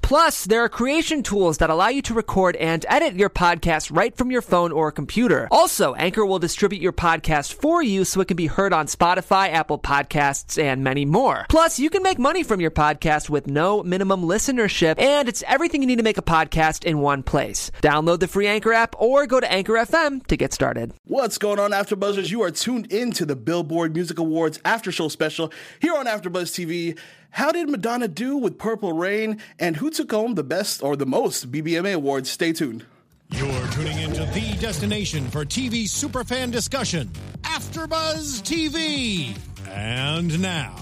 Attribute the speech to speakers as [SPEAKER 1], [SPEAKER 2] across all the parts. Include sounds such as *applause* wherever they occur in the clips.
[SPEAKER 1] Plus, there are creation tools that allow you to record and edit your podcast right from your phone or computer. Also, Anchor will distribute your podcast for you so it can be heard on Spotify, Apple Podcasts, and many more. Plus, you can make money from your podcast with no minimum listenership, and it's everything you need to make a podcast in one place. Download the free Anchor app or go to Anchor FM to get started.
[SPEAKER 2] What's going on, AfterBuzzers? You are tuned in to the Billboard Music Awards After Show Special here on AfterBuzz TV. How did Madonna do with Purple Rain, and who took home the best or the most BBMA awards? Stay tuned.
[SPEAKER 3] You're tuning into the destination for TV superfan discussion, AfterBuzz TV. And now,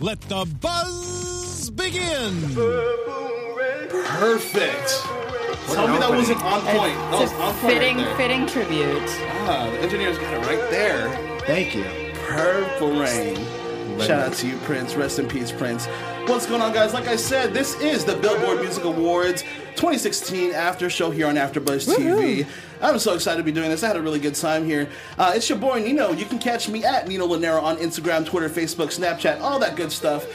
[SPEAKER 3] let the buzz begin.
[SPEAKER 2] Perfect. Tell me that wasn't on point. That was
[SPEAKER 4] It's
[SPEAKER 2] on
[SPEAKER 4] a
[SPEAKER 2] point
[SPEAKER 4] fitting,
[SPEAKER 2] right there.
[SPEAKER 4] fitting tribute.
[SPEAKER 2] Ah, the engineers got it right there.
[SPEAKER 5] Thank you.
[SPEAKER 2] Purple Rain. Shout out to you, Prince. Rest in peace, Prince. What's going on, guys? Like I said, this is the Billboard Music Awards 2016 after show here on AfterBuzz TV. I'm so excited to be doing this. I had a really good time here. Uh, it's your boy Nino. You can catch me at Nino Lanera on Instagram, Twitter, Facebook, Snapchat, all that good stuff.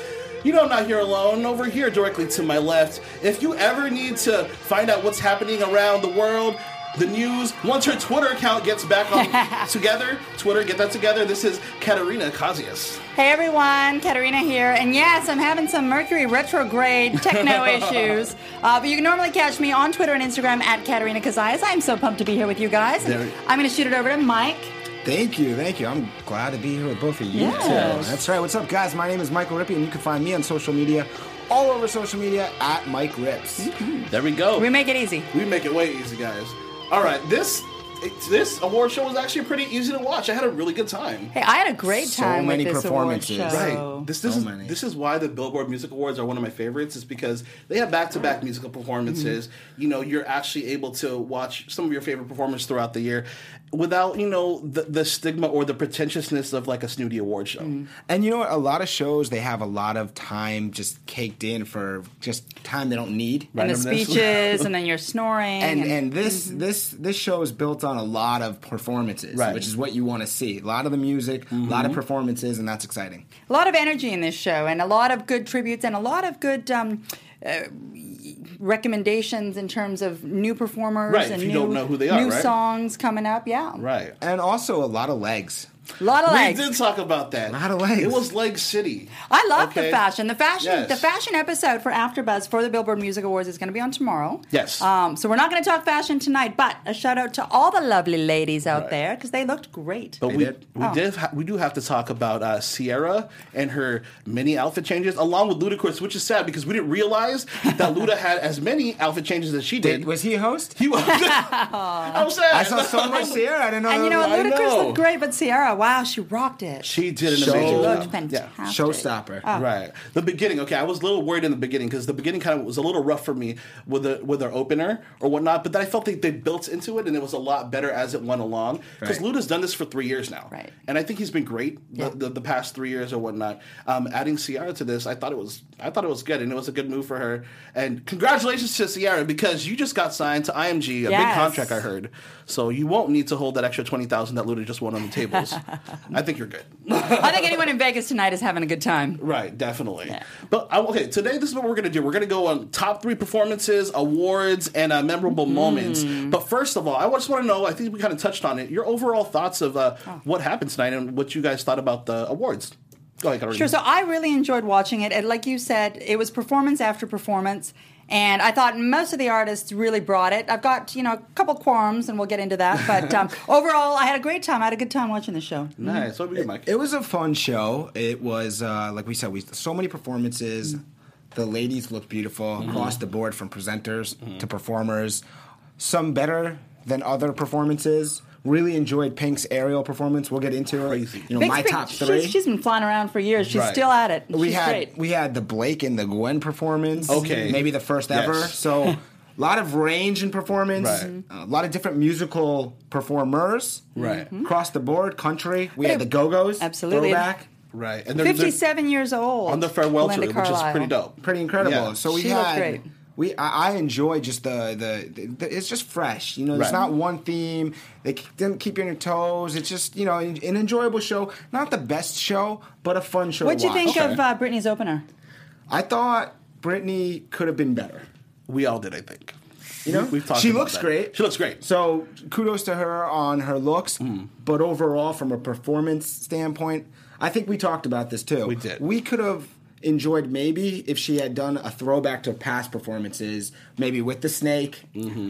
[SPEAKER 2] You know I'm not here alone. Over here, directly to my left. If you ever need to find out what's happening around the world, the news. Once her Twitter account gets back on together, Twitter get that together. This is Katerina Kazias.
[SPEAKER 4] Hey everyone, Katarina here, and yes, I'm having some Mercury
[SPEAKER 2] *laughs*
[SPEAKER 4] retrograde techno issues. Uh, but you can normally catch me on Twitter and Instagram at Katarina Kazayas. I'm so pumped to be here with you guys. And
[SPEAKER 2] There-
[SPEAKER 4] I'm going to shoot it over to Mike.
[SPEAKER 5] Thank you, thank you. I'm glad to be here with both of you.
[SPEAKER 4] Yes.
[SPEAKER 5] too. That's right. What's up, guys? My name is Michael Rippey, and you can find me on social media, all over social media, at Mike Rips.
[SPEAKER 2] There we go.
[SPEAKER 4] We make it easy.
[SPEAKER 2] We make it way easy, guys. All right, this this award show was actually pretty easy to watch. I had a really good time.
[SPEAKER 4] Hey, I had a great
[SPEAKER 5] So
[SPEAKER 4] time
[SPEAKER 5] many
[SPEAKER 4] with this
[SPEAKER 5] performances.
[SPEAKER 4] award show.
[SPEAKER 2] Right. This this
[SPEAKER 5] So
[SPEAKER 2] is
[SPEAKER 5] many.
[SPEAKER 2] this is why the Billboard Music Awards are one of my favorites. Is because they have back to back musical performances.
[SPEAKER 4] Mm-hmm.
[SPEAKER 2] You know, you're actually able to watch some of your favorite performers throughout the year, without you know the, the stigma or the pretentiousness of like a snooty award show.
[SPEAKER 4] Mm-hmm.
[SPEAKER 5] And you know what? A lot of shows they have a lot of time just caked in for just time they don't need.
[SPEAKER 4] And the
[SPEAKER 2] Random this.
[SPEAKER 4] speeches,
[SPEAKER 5] *laughs*
[SPEAKER 4] and then you're snoring.
[SPEAKER 5] And and this
[SPEAKER 4] Mm-hmm.
[SPEAKER 5] this this show is built on a lot of performances,
[SPEAKER 2] Right.
[SPEAKER 5] which is what you want to see. A lot of the music, a lot
[SPEAKER 4] Mm-hmm.
[SPEAKER 5] of performances, and that's exciting.
[SPEAKER 4] a lot of energy in this show and a lot of good tributes and a lot of good um, uh, recommendations in terms of new performers
[SPEAKER 2] Right, if
[SPEAKER 4] and
[SPEAKER 2] you
[SPEAKER 4] new,
[SPEAKER 2] don't know who they are,
[SPEAKER 4] new
[SPEAKER 2] right?
[SPEAKER 4] songs coming up. Yeah.
[SPEAKER 2] Right.
[SPEAKER 5] And also a lot of legs.
[SPEAKER 4] A lot of
[SPEAKER 2] We did
[SPEAKER 4] legs.
[SPEAKER 2] talk about that.
[SPEAKER 5] Lot of legs.
[SPEAKER 2] It was Leg City.
[SPEAKER 4] I love
[SPEAKER 2] Okay.
[SPEAKER 4] the fashion. The fashion
[SPEAKER 2] Yes.
[SPEAKER 4] the fashion episode for AfterBuzz for the Billboard Music Awards is going to be on tomorrow.
[SPEAKER 2] Yes.
[SPEAKER 4] Um, so we're not going to talk fashion tonight, but a shout out to all the lovely ladies out
[SPEAKER 2] Right.
[SPEAKER 4] there because they looked great.
[SPEAKER 2] But we
[SPEAKER 5] did.
[SPEAKER 2] we
[SPEAKER 4] Oh.
[SPEAKER 2] did ha- we do have to talk about uh, Sierra and her many outfit changes, along with Ludacris, which is sad because we didn't realize that Luda had as many outfit changes as she did.
[SPEAKER 5] Did, was he a host?
[SPEAKER 2] He was. I'm sad.
[SPEAKER 5] I saw
[SPEAKER 2] *laughs*
[SPEAKER 5] so much here. I didn't know.
[SPEAKER 4] and you
[SPEAKER 5] there
[SPEAKER 4] know,
[SPEAKER 5] was-
[SPEAKER 4] what?
[SPEAKER 2] I
[SPEAKER 4] Ludacris
[SPEAKER 2] know.
[SPEAKER 4] looked great, but Sierra, wow, she rocked it.
[SPEAKER 2] She did an
[SPEAKER 5] Show-
[SPEAKER 2] amazing
[SPEAKER 4] She
[SPEAKER 5] Oh,
[SPEAKER 4] looked
[SPEAKER 2] job.
[SPEAKER 4] fantastic.
[SPEAKER 2] Yeah.
[SPEAKER 5] showstopper.
[SPEAKER 4] Ah.
[SPEAKER 2] Right. The beginning. Okay, I was a little worried in the beginning because the beginning kind of was a little rough for me with the with their opener or whatnot. But then I felt they, they built into it and it was a lot better as it went along. Because
[SPEAKER 5] Right.
[SPEAKER 2] Luda's done this for three years now,
[SPEAKER 4] Right.
[SPEAKER 2] And I think he's been great the,
[SPEAKER 4] Yeah.
[SPEAKER 2] the, the past three years or whatnot. Um, adding Ciara to this, I thought it was I thought it was good and it was a good move for her. And congratulations to Ciara because you just got signed to IMG, a big
[SPEAKER 4] Yes.
[SPEAKER 2] contract I heard. So you won't need to hold that extra twenty thousand that Luda just won on the
[SPEAKER 4] *laughs*
[SPEAKER 2] tables. I think you're good.
[SPEAKER 4] I think anyone in Vegas tonight is having a good time.
[SPEAKER 2] Right, definitely. But I, okay, today this is what we're gonna do. We're gonna go on top three performances, awards, and uh, memorable
[SPEAKER 4] Mm-hmm.
[SPEAKER 2] moments. But first of all, I just want to know. I think we kind of touched on it. Your overall thoughts of uh,
[SPEAKER 4] Oh.
[SPEAKER 2] what happened tonight and what you guys thought about the awards. Go ahead, Katarina.
[SPEAKER 4] Sure. So I really enjoyed watching it, and like you said, it was performance after performance, and I thought most of the artists really brought it. I've got you know a couple qualms, and we'll get into that. But *laughs* um, overall, I had a great time. I had a good time watching the show.
[SPEAKER 2] nice. What about you, Mike?
[SPEAKER 5] It was a fun show. It was uh, like we said, we so many performances.
[SPEAKER 2] Mm-hmm.
[SPEAKER 5] The ladies looked beautiful across the board, from presenters
[SPEAKER 2] Mm-hmm.
[SPEAKER 5] to performers. Some better than other performances. Really enjoyed Pink's aerial performance. We'll get into
[SPEAKER 2] Crazy.
[SPEAKER 5] it. You know,
[SPEAKER 4] Big
[SPEAKER 5] my
[SPEAKER 4] speak-
[SPEAKER 5] top three.
[SPEAKER 4] She's, she's been flying around for years. She's
[SPEAKER 2] Right.
[SPEAKER 4] still at it.
[SPEAKER 5] we
[SPEAKER 4] She's
[SPEAKER 5] had
[SPEAKER 4] great.
[SPEAKER 5] we had the Blake and the Gwen performance.
[SPEAKER 2] Okay.
[SPEAKER 5] maybe the first
[SPEAKER 2] Yes.
[SPEAKER 5] ever.
[SPEAKER 2] *laughs*
[SPEAKER 5] So a lot of range in performance.
[SPEAKER 2] Right.
[SPEAKER 5] A lot of different musical performers.
[SPEAKER 2] Right. Mhm.
[SPEAKER 5] across the board, country. We had the Go Go's.
[SPEAKER 4] Absolutely.
[SPEAKER 5] Throwback.
[SPEAKER 2] right, and they're, they're
[SPEAKER 4] Fifty-seven years old
[SPEAKER 2] on the farewell
[SPEAKER 4] Linda
[SPEAKER 2] tour, which is
[SPEAKER 4] Carlisle.
[SPEAKER 2] pretty dope.
[SPEAKER 5] Pretty incredible.
[SPEAKER 2] Yeah.
[SPEAKER 5] So we
[SPEAKER 4] She looked
[SPEAKER 5] had
[SPEAKER 4] great.
[SPEAKER 5] we I, I enjoy just the, the the- the it's just fresh. You know, there's
[SPEAKER 2] Right.
[SPEAKER 5] not one theme. They k- didn't keep you on your toes. It's just you know an, an enjoyable show. Not the best show, but a fun show.
[SPEAKER 4] What'd
[SPEAKER 5] to
[SPEAKER 4] you think
[SPEAKER 5] watch.
[SPEAKER 4] of uh, Britney's opener?
[SPEAKER 5] I thought Britney could have been better.
[SPEAKER 2] We all did, I think.
[SPEAKER 5] You know,
[SPEAKER 2] We- we've talked
[SPEAKER 5] she
[SPEAKER 2] about
[SPEAKER 5] looks
[SPEAKER 2] that.
[SPEAKER 5] great.
[SPEAKER 2] She looks great. Hmm.
[SPEAKER 5] So kudos to her on her looks, but overall, from a performance standpoint, I think we talked about this too.
[SPEAKER 2] We did.
[SPEAKER 5] We could have enjoyed maybe if she had done a throwback to past performances, maybe with the snake.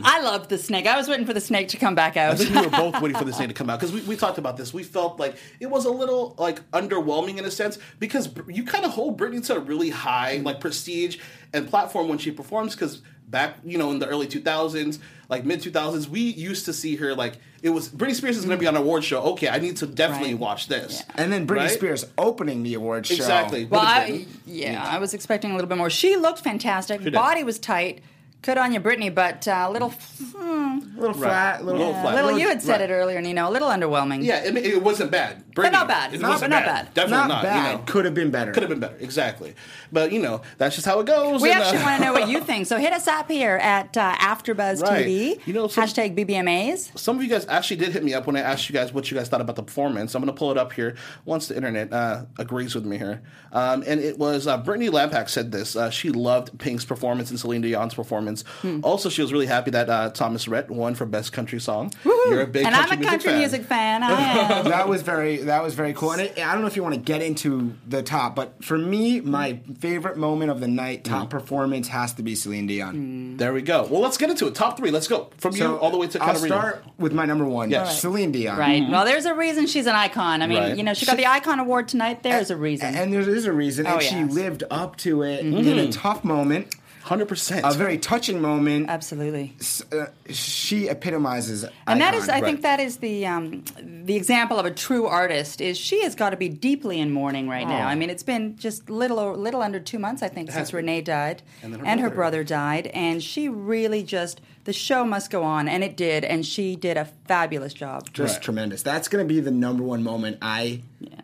[SPEAKER 4] I loved the snake. I was waiting for the snake to come back
[SPEAKER 2] I
[SPEAKER 4] out.
[SPEAKER 2] think we were both waiting
[SPEAKER 4] *laughs*
[SPEAKER 2] for this thing to come out because we, we talked about this. We felt like it was a little like underwhelming in a sense because Br- you kind of hold Britney to a really high like prestige and platform when she performs because back you know in the early 2000s like mid 2000s we used to see her like it was Britney Spears is going to be on an award show okay I need to definitely
[SPEAKER 4] Right.
[SPEAKER 2] watch this
[SPEAKER 5] And then Britney
[SPEAKER 2] Right?
[SPEAKER 5] Spears opening the award show.
[SPEAKER 2] Exactly.
[SPEAKER 4] Well,
[SPEAKER 2] Would've
[SPEAKER 4] I,
[SPEAKER 2] been.
[SPEAKER 4] yeah, I was expecting a little bit more. She looked fantastic.
[SPEAKER 2] did.
[SPEAKER 4] Body was tight. Good on you, Britney, but uh, a little, hmm,
[SPEAKER 5] A little flat, little,
[SPEAKER 2] Little flat.
[SPEAKER 4] a little. You had said
[SPEAKER 2] right.
[SPEAKER 4] it earlier, Nino. A little underwhelming.
[SPEAKER 2] yeah it, it wasn't bad Britney,
[SPEAKER 4] not bad.
[SPEAKER 2] it
[SPEAKER 4] Not-
[SPEAKER 2] wasn't
[SPEAKER 4] but not bad.
[SPEAKER 2] definitely
[SPEAKER 5] not,
[SPEAKER 2] not,
[SPEAKER 5] bad.
[SPEAKER 2] you know
[SPEAKER 5] Could have been better.
[SPEAKER 2] could have been better exactly but you know that's just how it goes
[SPEAKER 4] We
[SPEAKER 2] and, uh,
[SPEAKER 4] actually want
[SPEAKER 2] *laughs*
[SPEAKER 4] to know what you think, so hit us up here at uh, AfterBuzz
[SPEAKER 2] Right.
[SPEAKER 4] TV.
[SPEAKER 2] You know, some-
[SPEAKER 4] hashtag BBMAs.
[SPEAKER 2] some of you guys actually did hit me up when I asked you guys what you guys thought about the performance. I'm going to pull it up here once the internet uh, agrees with me here. Um, and it was uh, Brittany Lampack said this. Uh, she loved Pink's performance and Celine Dion's performance.
[SPEAKER 4] Hmm.
[SPEAKER 2] Also, she was really happy that uh, Thomas Rhett won for Best Country Song. You're a big
[SPEAKER 4] and
[SPEAKER 2] country
[SPEAKER 4] I'm a
[SPEAKER 2] music
[SPEAKER 4] country
[SPEAKER 2] fan.
[SPEAKER 4] music fan. I
[SPEAKER 2] *laughs*
[SPEAKER 4] am.
[SPEAKER 5] that was very that was very cool. And it, I don't know if you want to get into the top, but for me, my favorite moment of the night, top
[SPEAKER 2] Hmm.
[SPEAKER 5] performance, has to be Celine Dion.
[SPEAKER 2] There we go. Well, let's get into it. Top three. Let's go from you all the way to
[SPEAKER 5] I'll
[SPEAKER 2] kind of
[SPEAKER 5] start with my number one,
[SPEAKER 2] Yes. Mm-hmm. Alright.
[SPEAKER 5] Celine Dion.
[SPEAKER 4] Right. Well, there's a reason she's an icon. I mean,
[SPEAKER 2] Right.
[SPEAKER 4] you know, she got the icon award tonight. There's a reason.
[SPEAKER 5] And there is a reason,
[SPEAKER 4] Oh,
[SPEAKER 5] and she
[SPEAKER 4] yes.
[SPEAKER 5] lived up to it
[SPEAKER 2] Mm-hmm.
[SPEAKER 5] in a tough moment,
[SPEAKER 2] 100%.
[SPEAKER 5] a very touching moment.
[SPEAKER 4] Absolutely.
[SPEAKER 5] S- uh, she epitomizes,
[SPEAKER 4] And that is, I
[SPEAKER 2] right.
[SPEAKER 4] think, that is the um, the example of a true artist. Is she has got to be deeply in mourning right
[SPEAKER 5] Oh.
[SPEAKER 4] now. I mean, it's been just little o- little under two months, I think, since
[SPEAKER 2] has been.
[SPEAKER 4] Renee died
[SPEAKER 2] And then her
[SPEAKER 4] her
[SPEAKER 2] brother.
[SPEAKER 4] brother died, and she really just the show must go on, and it did, and she did a fabulous job.
[SPEAKER 5] just
[SPEAKER 2] Right.
[SPEAKER 5] tremendous. That's going to be the number one moment I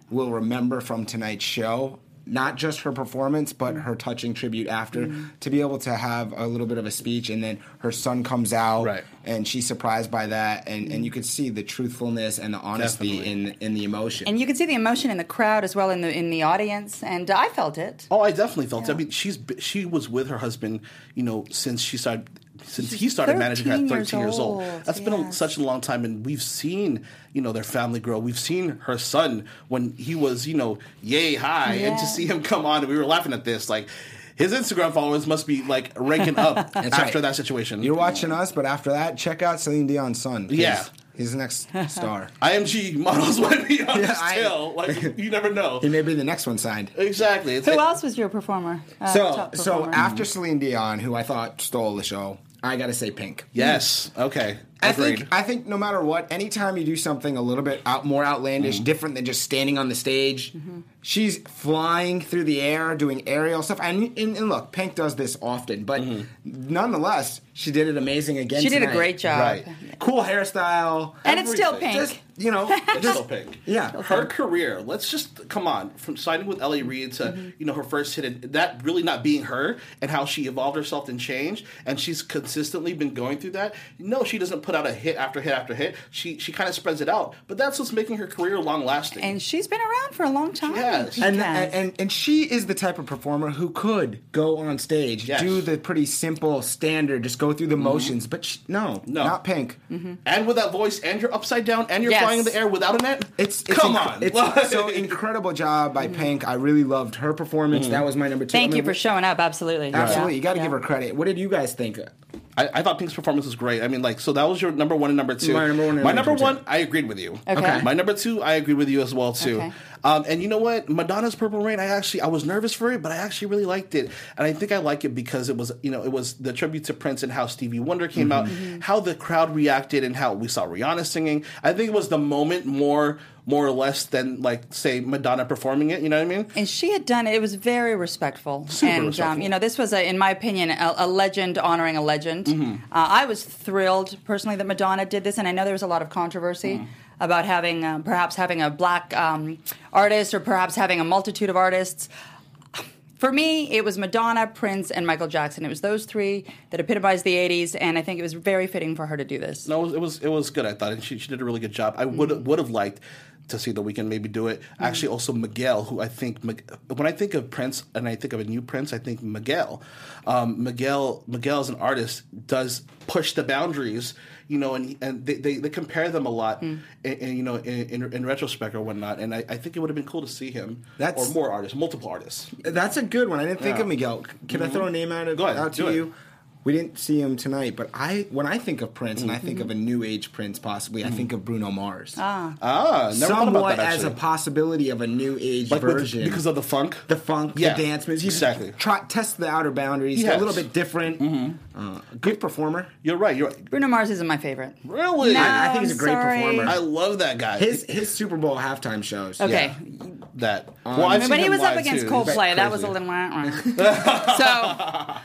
[SPEAKER 5] will remember from tonight's show. Not just her performance, but
[SPEAKER 4] Mm.
[SPEAKER 5] her touching tribute after to be able to have a little bit of a speech, and then her son comes out,
[SPEAKER 2] Right.
[SPEAKER 5] and she's surprised by that, and,
[SPEAKER 4] Mm.
[SPEAKER 5] and you can see the truthfulness and the honesty in in the emotion.
[SPEAKER 4] And you can see the emotion in the crowd as well in the in the audience, and I felt it.
[SPEAKER 2] Oh, I definitely felt. it. I mean, she's b- she was with her husband, you know, since she started since he started managing her at
[SPEAKER 4] 13 years
[SPEAKER 2] 13 years old.
[SPEAKER 4] old,
[SPEAKER 2] That's been a,
[SPEAKER 4] yes.
[SPEAKER 2] such a long time, and we've seen you know their family grow. We've seen her son when he was you know yay high, and to
[SPEAKER 4] Yeah.
[SPEAKER 2] see him come on, and we were laughing at this like. His Instagram followers must be like ranking
[SPEAKER 5] *laughs*
[SPEAKER 2] up after
[SPEAKER 5] right.
[SPEAKER 2] that situation.
[SPEAKER 5] You're watching us, but after that, check out Celine Dion's son. 'cause
[SPEAKER 2] Yeah.
[SPEAKER 5] he's
[SPEAKER 4] *laughs*
[SPEAKER 5] the next star.
[SPEAKER 2] IMG models *laughs* might be on
[SPEAKER 5] Yeah,
[SPEAKER 2] his
[SPEAKER 5] I-
[SPEAKER 2] tail. Like you never
[SPEAKER 5] *laughs*
[SPEAKER 2] know.
[SPEAKER 5] he may be the next one signed.
[SPEAKER 2] Exactly. It's
[SPEAKER 4] Who
[SPEAKER 2] like-
[SPEAKER 4] else was your performer? Uh,
[SPEAKER 5] So,
[SPEAKER 4] top
[SPEAKER 5] so
[SPEAKER 4] performer?
[SPEAKER 5] after Celine Dion, who I thought stole the show, I got to say Pink.
[SPEAKER 2] Yes. Okay.
[SPEAKER 5] I
[SPEAKER 2] Agreed.
[SPEAKER 5] think I think no matter what, anytime you do something a little bit out, more outlandish,
[SPEAKER 2] Mm-hmm.
[SPEAKER 5] different than just standing on the stage, she's flying through the air, doing aerial stuff. And, and, and look, Pink does this often, but
[SPEAKER 2] Mm-hmm.
[SPEAKER 5] nonetheless, she did it amazing again.
[SPEAKER 4] She did a
[SPEAKER 5] tonight.
[SPEAKER 4] great job.
[SPEAKER 2] Right.
[SPEAKER 5] Cool hairstyle,
[SPEAKER 4] And it's still
[SPEAKER 2] Everything.
[SPEAKER 4] pink.
[SPEAKER 5] just
[SPEAKER 4] *laughs*
[SPEAKER 5] you know,
[SPEAKER 2] It's
[SPEAKER 5] just
[SPEAKER 2] still pink.
[SPEAKER 5] Yeah.
[SPEAKER 2] her career. Let's just come on from signing with Ellie Reid to you know her first hit and that really not being her and how she evolved herself and changed and she's consistently been going through that. No, she doesn't put out a hit after hit after hit. She she kind of spreads it out, but that's what's making her career long lasting.
[SPEAKER 4] and she's been around for a long time.
[SPEAKER 2] has.
[SPEAKER 4] She
[SPEAKER 5] and,
[SPEAKER 4] has.
[SPEAKER 5] and and and she is the type of performer who could go on stage,
[SPEAKER 2] Yes. Mm-hmm.
[SPEAKER 5] do the pretty simple standard, just go through the motions. But she, no,
[SPEAKER 2] No.
[SPEAKER 5] not Pink.
[SPEAKER 2] And with that voice, and you're upside down, and you're
[SPEAKER 4] Yes.
[SPEAKER 2] flying in the air without a net.
[SPEAKER 5] It's, it's
[SPEAKER 2] come
[SPEAKER 5] inc-
[SPEAKER 2] on, *laughs*
[SPEAKER 5] It's
[SPEAKER 2] Like-
[SPEAKER 5] so incredible job by Pink. I really loved her performance. That was my number two.
[SPEAKER 4] Mm-hmm. Thank
[SPEAKER 5] I
[SPEAKER 4] you
[SPEAKER 5] mean,
[SPEAKER 4] for showing up. Absolutely.
[SPEAKER 5] Absolutely,
[SPEAKER 4] Yeah.
[SPEAKER 5] you got to
[SPEAKER 4] Yeah.
[SPEAKER 5] give her credit. What did you guys think?
[SPEAKER 2] I, I thought Pink's performance was great. I mean, like, so that was your number one and number two.
[SPEAKER 5] My number one and
[SPEAKER 2] My
[SPEAKER 5] number
[SPEAKER 2] number
[SPEAKER 5] two.
[SPEAKER 2] one, I agreed with you.
[SPEAKER 4] Okay.
[SPEAKER 2] My number two, I agreed with you as well too.
[SPEAKER 4] Okay.
[SPEAKER 2] Um, and you know what? Madonna's Purple Rain. I actually, I was nervous for it, but I actually really liked it, and I think I like it because it was, you know, it was the tribute to Prince and how Stevie Wonder came
[SPEAKER 4] Mm-hmm.
[SPEAKER 2] out, how the crowd reacted, and how we saw Rihanna singing. I think it was the moment more, more or less than like say Madonna performing it. You know what I mean?
[SPEAKER 4] And she had done it. It was very respectful.
[SPEAKER 2] Super
[SPEAKER 4] and, Um,
[SPEAKER 2] respectful.
[SPEAKER 4] you know, this was, a, in my opinion, a, a legend honoring a legend.
[SPEAKER 5] Mm-hmm.
[SPEAKER 4] Uh, I was thrilled personally that Madonna did this, and I know there was a lot of controversy
[SPEAKER 5] Mm.
[SPEAKER 4] about having um, perhaps having a black um, artist or perhaps having a multitude of artists. for me, it was Madonna, Prince, and Michael Jackson. It was those three that epitomized the 80s, and I think it was very fitting for her to do this.
[SPEAKER 2] No, it was it was, it was good. I thought, and she, she did a really good job. I
[SPEAKER 5] Mm.
[SPEAKER 2] would would have liked to see the weekend maybe do it. Actually, also Miguel, who I think Mig- when I think of Prince and I think of a new Prince, I think Miguel. Um, Miguel Miguel as an artist does push the boundaries, you know, and and they, they, they compare them a lot,
[SPEAKER 5] Mm.
[SPEAKER 2] in, in, you know, in, in, in retrospect or whatnot. And I, I think it would have been cool to see him
[SPEAKER 5] That's-
[SPEAKER 2] or more artists, multiple artists.
[SPEAKER 5] That's a good one. I didn't think
[SPEAKER 2] Yeah.
[SPEAKER 5] of Miguel. C- Can I throw a name out, of,
[SPEAKER 2] Go ahead,
[SPEAKER 5] out
[SPEAKER 2] do
[SPEAKER 5] to
[SPEAKER 2] it.
[SPEAKER 5] you? We didn't see him tonight, but I when I think of Prince and I
[SPEAKER 4] Mm-hmm.
[SPEAKER 5] think of a new age Prince, possibly I think of Bruno Mars. Ah,
[SPEAKER 2] Ah, never thought about
[SPEAKER 5] somewhat
[SPEAKER 2] that
[SPEAKER 5] as a
[SPEAKER 2] actually.
[SPEAKER 5] possibility of a new age
[SPEAKER 2] Like with-
[SPEAKER 5] version
[SPEAKER 2] because of the funk.
[SPEAKER 5] the funk,
[SPEAKER 2] Yeah,
[SPEAKER 5] the dance moves. He's
[SPEAKER 2] exactly.
[SPEAKER 5] Try, test the outer boundaries. They're
[SPEAKER 2] Yes.
[SPEAKER 5] A little bit different. Uh, good performer.
[SPEAKER 2] You're right. You're right.
[SPEAKER 4] Bruno Mars isn't my favorite.
[SPEAKER 2] really.
[SPEAKER 4] No,
[SPEAKER 5] I think he's a great
[SPEAKER 4] sorry.
[SPEAKER 5] performer.
[SPEAKER 2] I love that guy.
[SPEAKER 5] His his Super Bowl halftime shows.
[SPEAKER 4] Okay.
[SPEAKER 2] that. well, I've seen
[SPEAKER 4] But he
[SPEAKER 2] him
[SPEAKER 4] was up
[SPEAKER 2] live,
[SPEAKER 4] against
[SPEAKER 2] too.
[SPEAKER 4] Coldplay. That was a
[SPEAKER 2] Crazy.
[SPEAKER 4] little wah,
[SPEAKER 2] *laughs*
[SPEAKER 4] wah. so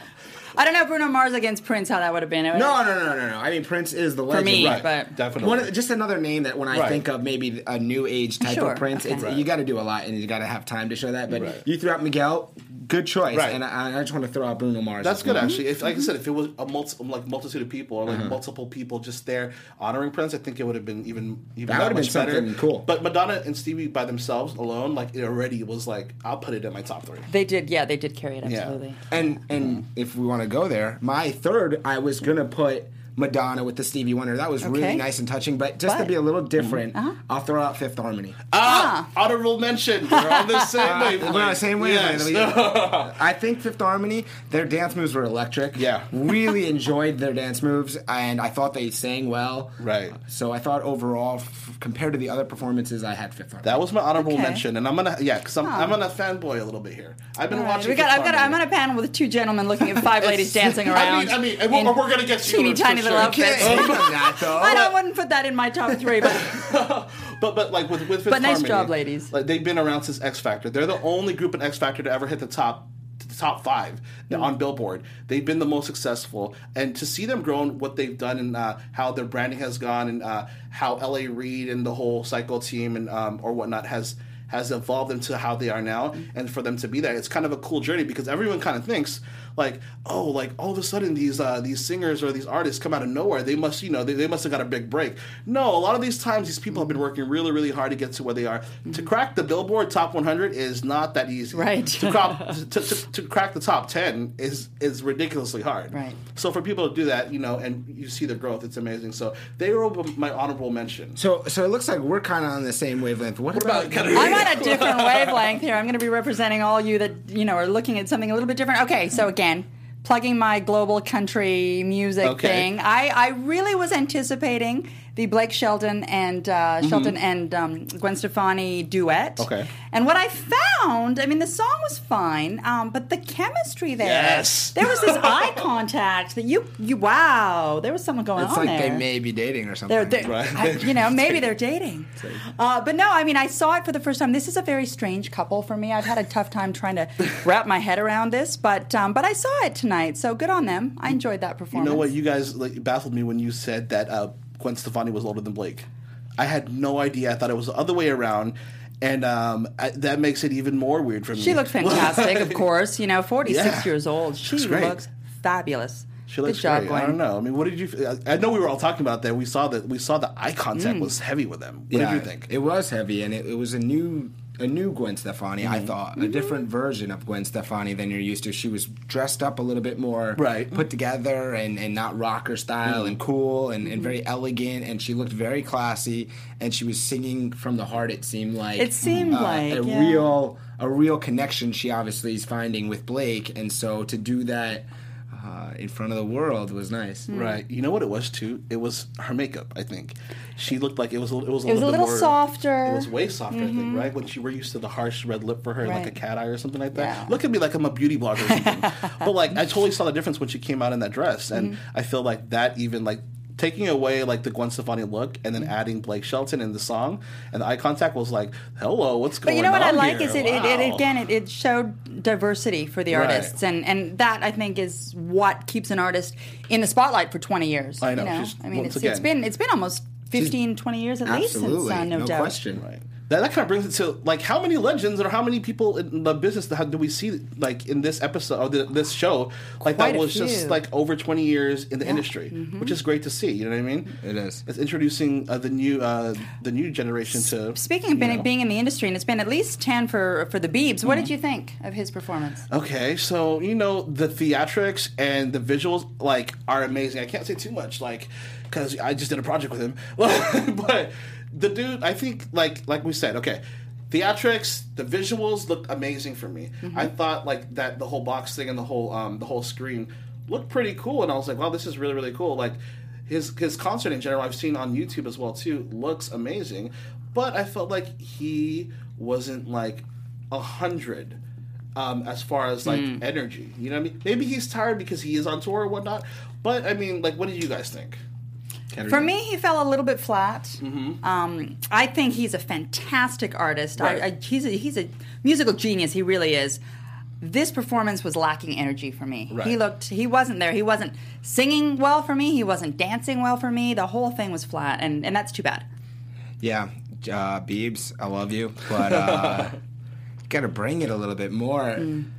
[SPEAKER 4] I don't know Bruno Mars against Prince how that would have been. It would-
[SPEAKER 5] No, no, no, no, no. I mean, Prince is the legend.
[SPEAKER 4] me,
[SPEAKER 2] right,
[SPEAKER 4] but-
[SPEAKER 2] definitely.
[SPEAKER 5] One of the- just another name that when I
[SPEAKER 2] Right.
[SPEAKER 5] think of maybe a new age type
[SPEAKER 4] Sure,
[SPEAKER 5] of Prince,
[SPEAKER 4] okay.
[SPEAKER 5] it's,
[SPEAKER 2] Right.
[SPEAKER 5] you got to do a lot and you got to have time to show that. But
[SPEAKER 2] Right.
[SPEAKER 5] you threw out Miguel, good choice,
[SPEAKER 2] Right.
[SPEAKER 5] and I, I just want to throw out Bruno Mars.
[SPEAKER 2] That's
[SPEAKER 5] as
[SPEAKER 2] good
[SPEAKER 5] well.
[SPEAKER 2] actually. If like I said, if it was a multi, like multitude of people or like multiple people just there honoring Prince, I think it would have been even even
[SPEAKER 5] That
[SPEAKER 2] that
[SPEAKER 5] would've been
[SPEAKER 2] much better.
[SPEAKER 5] something cool.
[SPEAKER 2] But Madonna and Stevie by themselves alone, like it already was like I'll put it in my top three.
[SPEAKER 4] They did, yeah, they did carry it, absolutely.
[SPEAKER 5] And and if we want to go there, my third, I was gonna put Madonna with the Stevie Wonder. That was really
[SPEAKER 4] Okay.
[SPEAKER 5] nice and touching, but
[SPEAKER 4] But-
[SPEAKER 5] just to
[SPEAKER 4] Mm-hmm. Uh-huh.
[SPEAKER 5] be a little different, I'll throw out Fifth Harmony.
[SPEAKER 2] Ah, honorable mention. We're on the same
[SPEAKER 5] We're
[SPEAKER 2] wavelength.
[SPEAKER 5] on the same way.
[SPEAKER 2] Yes.
[SPEAKER 5] I think Fifth Harmony, their dance moves were electric.
[SPEAKER 2] Yeah.
[SPEAKER 5] Really enjoyed their dance moves, and I thought they sang well.
[SPEAKER 2] Right.
[SPEAKER 5] So I thought overall, f- compared to the other performances, I had Fifth Harmony.
[SPEAKER 2] *laughs* That was my honorable
[SPEAKER 4] Okay.
[SPEAKER 2] mention, and I'm gonna yeah, because I'm, I'm gonna fanboy a little bit here. I've been
[SPEAKER 4] All right,
[SPEAKER 2] watching.
[SPEAKER 4] we got,
[SPEAKER 2] for
[SPEAKER 4] I've got,
[SPEAKER 2] fun.
[SPEAKER 4] I'm on a panel with two gentlemen looking at
[SPEAKER 2] *laughs*
[SPEAKER 4] five ladies dancing around.
[SPEAKER 2] I mean, I mean, and we're,
[SPEAKER 4] in
[SPEAKER 2] we're gonna get you
[SPEAKER 4] teeny
[SPEAKER 2] to-
[SPEAKER 4] tiny
[SPEAKER 2] for sure.
[SPEAKER 4] little
[SPEAKER 5] *laughs* Can't
[SPEAKER 4] outfits.
[SPEAKER 5] hate on
[SPEAKER 2] *laughs*
[SPEAKER 5] that, though.
[SPEAKER 4] I don't, wouldn't put that in my top three, but
[SPEAKER 2] But but like with with Fifth
[SPEAKER 4] But nice
[SPEAKER 2] Harmony,
[SPEAKER 4] job, ladies.
[SPEAKER 2] Like they've been around since X Factor. They're the only group in X Factor to ever hit the top the top five
[SPEAKER 4] Mm.
[SPEAKER 2] on Billboard. They've been the most successful, and to see them grow and what they've done and uh, how their branding has gone and uh, how L.A. Reid and the whole Cycle team and um, or whatnot has has evolved into how they are now and for them to be there it's kind of a cool journey because everyone kind of thinks like oh like all of a sudden these uh, these singers or these artists come out of nowhere they must you know they, they must have got a big break no a lot of these times these people have been working really really hard to get to where they are to crack the billboard top 100 is not that easy
[SPEAKER 4] Mm-hmm. Right.
[SPEAKER 2] to,
[SPEAKER 4] *laughs*
[SPEAKER 2] crop, to, to, to crack the top 10 is is ridiculously hard
[SPEAKER 4] Right.
[SPEAKER 2] so for people to do that you know and you see the growth it's amazing so they were my honorable mention
[SPEAKER 5] So, so it looks like we're kind of on the same wavelength. What,
[SPEAKER 2] about
[SPEAKER 5] about
[SPEAKER 4] I'm on a different wavelength here. I'm going to be representing all you that you know are looking at something a little bit different. Okay, so again, plugging my global country music
[SPEAKER 2] Okay.
[SPEAKER 4] thing. I I really was anticipating the Blake Shelton and uh, Shelton and um, Gwen Stefani duet.
[SPEAKER 2] Okay.
[SPEAKER 4] and what I found, I mean, the song was fine, um, but the chemistry there.
[SPEAKER 2] Yes.
[SPEAKER 4] there was this eye contact that you you wow. There was someone going
[SPEAKER 5] It's
[SPEAKER 4] on
[SPEAKER 5] like
[SPEAKER 4] there.
[SPEAKER 5] they may be dating or something.
[SPEAKER 4] They're, they're
[SPEAKER 2] Right.
[SPEAKER 4] I- you know,
[SPEAKER 2] *laughs*
[SPEAKER 4] maybe they're dating. Uh, but no, I mean, I saw it for the first time. This is a very strange couple for me. I've had a tough time
[SPEAKER 2] *laughs*
[SPEAKER 4] trying to wrap my head around this, but um, but I saw it tonight, so good on them. I enjoyed that
[SPEAKER 2] You
[SPEAKER 4] performance.
[SPEAKER 2] know what? You guys like, baffled me when you said that uh, Gwen Stefani was older than Blake. I had no idea. I thought it was the other way around, and um, I, that makes it even more weird for me. *laughs*
[SPEAKER 4] she looked fantastic, of course. You know, 46
[SPEAKER 2] Yeah.
[SPEAKER 4] years old. She
[SPEAKER 2] Looks great.
[SPEAKER 4] looks fabulous.
[SPEAKER 2] She looks
[SPEAKER 4] good job,
[SPEAKER 2] great.
[SPEAKER 4] Gwen.
[SPEAKER 2] I don't know. I mean, what did you? I I know we were all talking about that. We saw that. We saw the eye
[SPEAKER 4] Mm.
[SPEAKER 2] contact was heavy with them. What did you think?
[SPEAKER 5] It was heavy, and it, it was a new a new Gwen Stefani.
[SPEAKER 4] Mm-hmm.
[SPEAKER 5] I thought a different version of Gwen Stefani than you're used to. She was dressed up a little bit more,
[SPEAKER 2] Right.
[SPEAKER 5] Put together and, and not rocker style
[SPEAKER 4] Mm-hmm.
[SPEAKER 5] and cool and, and very elegant. And she looked very classy. And she was singing from the heart. It seemed like Uh,
[SPEAKER 4] It seemed like,
[SPEAKER 5] a
[SPEAKER 4] yeah.
[SPEAKER 5] real a real connection. She obviously is finding with Blake, and so to do that. Uh, in front of the world was nice.
[SPEAKER 4] Mm.
[SPEAKER 2] Right.
[SPEAKER 4] Hmm.
[SPEAKER 2] You know what it was too? It was her makeup. I think she looked like it was. A, it was a
[SPEAKER 4] It was
[SPEAKER 2] little,
[SPEAKER 4] a
[SPEAKER 2] bit
[SPEAKER 4] little
[SPEAKER 2] more-
[SPEAKER 4] softer. Mm-hmm.
[SPEAKER 2] It was way softer. I think. Right when she were used to the harsh red lip for her, like
[SPEAKER 4] Right.
[SPEAKER 2] a cat eye or something like that.
[SPEAKER 4] Yeah.
[SPEAKER 2] Look at me like I'm a beauty blogger. Or
[SPEAKER 4] *laughs*
[SPEAKER 2] something. but like I totally saw the difference when she came out in that dress, and
[SPEAKER 4] Mm-hmm.
[SPEAKER 2] I feel like that even like. Taking away like the Gwen Stefani look and
[SPEAKER 4] Mm-hmm.
[SPEAKER 2] then adding Blake Shelton in the song and the eye contact was like, "Hello, what's
[SPEAKER 4] But
[SPEAKER 2] going on?"
[SPEAKER 4] you know what I like
[SPEAKER 2] here?
[SPEAKER 4] is it, it, it
[SPEAKER 2] Wow."
[SPEAKER 4] again it, it showed diversity for the
[SPEAKER 2] Right.
[SPEAKER 4] artists and and that I think is what keeps an artist in the spotlight for 20 years.
[SPEAKER 2] I know,
[SPEAKER 4] You
[SPEAKER 2] she's-
[SPEAKER 4] I mean
[SPEAKER 2] once
[SPEAKER 4] it's, it's
[SPEAKER 2] again-
[SPEAKER 4] been it's been almost 15 20 years at least since
[SPEAKER 5] Absolutely,
[SPEAKER 4] uh, no,
[SPEAKER 5] no
[SPEAKER 4] doubt.
[SPEAKER 5] question.
[SPEAKER 2] Right. that, that kind of brings it to like how many legends or how many people in the business that have- do we see like in this episode or the, this show like
[SPEAKER 4] Quite
[SPEAKER 2] that
[SPEAKER 4] a
[SPEAKER 2] was just
[SPEAKER 4] few.
[SPEAKER 2] like over 20 years in the
[SPEAKER 4] Yeah. Mm-hmm.
[SPEAKER 2] industry which is great to see you know what i mean
[SPEAKER 5] It is.
[SPEAKER 2] it's introducing uh, the new uh, the new generation to
[SPEAKER 4] Speaking of
[SPEAKER 2] you
[SPEAKER 4] being,
[SPEAKER 2] know.
[SPEAKER 4] being in the industry, and it's been at least 10 for, for the Beebs, what
[SPEAKER 2] Mm-hmm.
[SPEAKER 4] did you think of his performance?
[SPEAKER 2] Okay, so you know the theatrics and the visuals like are amazing. I can't say too much, like because I just did a project with him. *laughs* but the dude, I think, like like we said, okay, theatrics, the visuals look amazing for me. I thought like that the whole box thing and the whole um the whole screen looked pretty cool, and I was like, wow, this is really really cool. Like his his concert in general, I've seen on YouTube as well too, looks amazing. But I felt like he wasn't like a hundred um, as far as like energy. You know what I mean? Maybe he's tired because he is on tour or whatnot. But I mean, like, what did you guys think?
[SPEAKER 4] For me, he fell a little bit flat.
[SPEAKER 5] Mm-hmm.
[SPEAKER 4] Um, I think he's a fantastic artist.
[SPEAKER 2] Right.
[SPEAKER 4] I, I, he's, a, he's a musical genius. He really is. This performance was lacking energy for me. He
[SPEAKER 2] Right.
[SPEAKER 4] looked. He wasn't there. He wasn't singing well for me. He wasn't dancing well for me. The whole thing was flat, and, and that's too bad.
[SPEAKER 5] Yeah, uh, Biebs, I love you,
[SPEAKER 2] *laughs*
[SPEAKER 5] but uh, gotta bring it a little bit more.
[SPEAKER 2] Mm.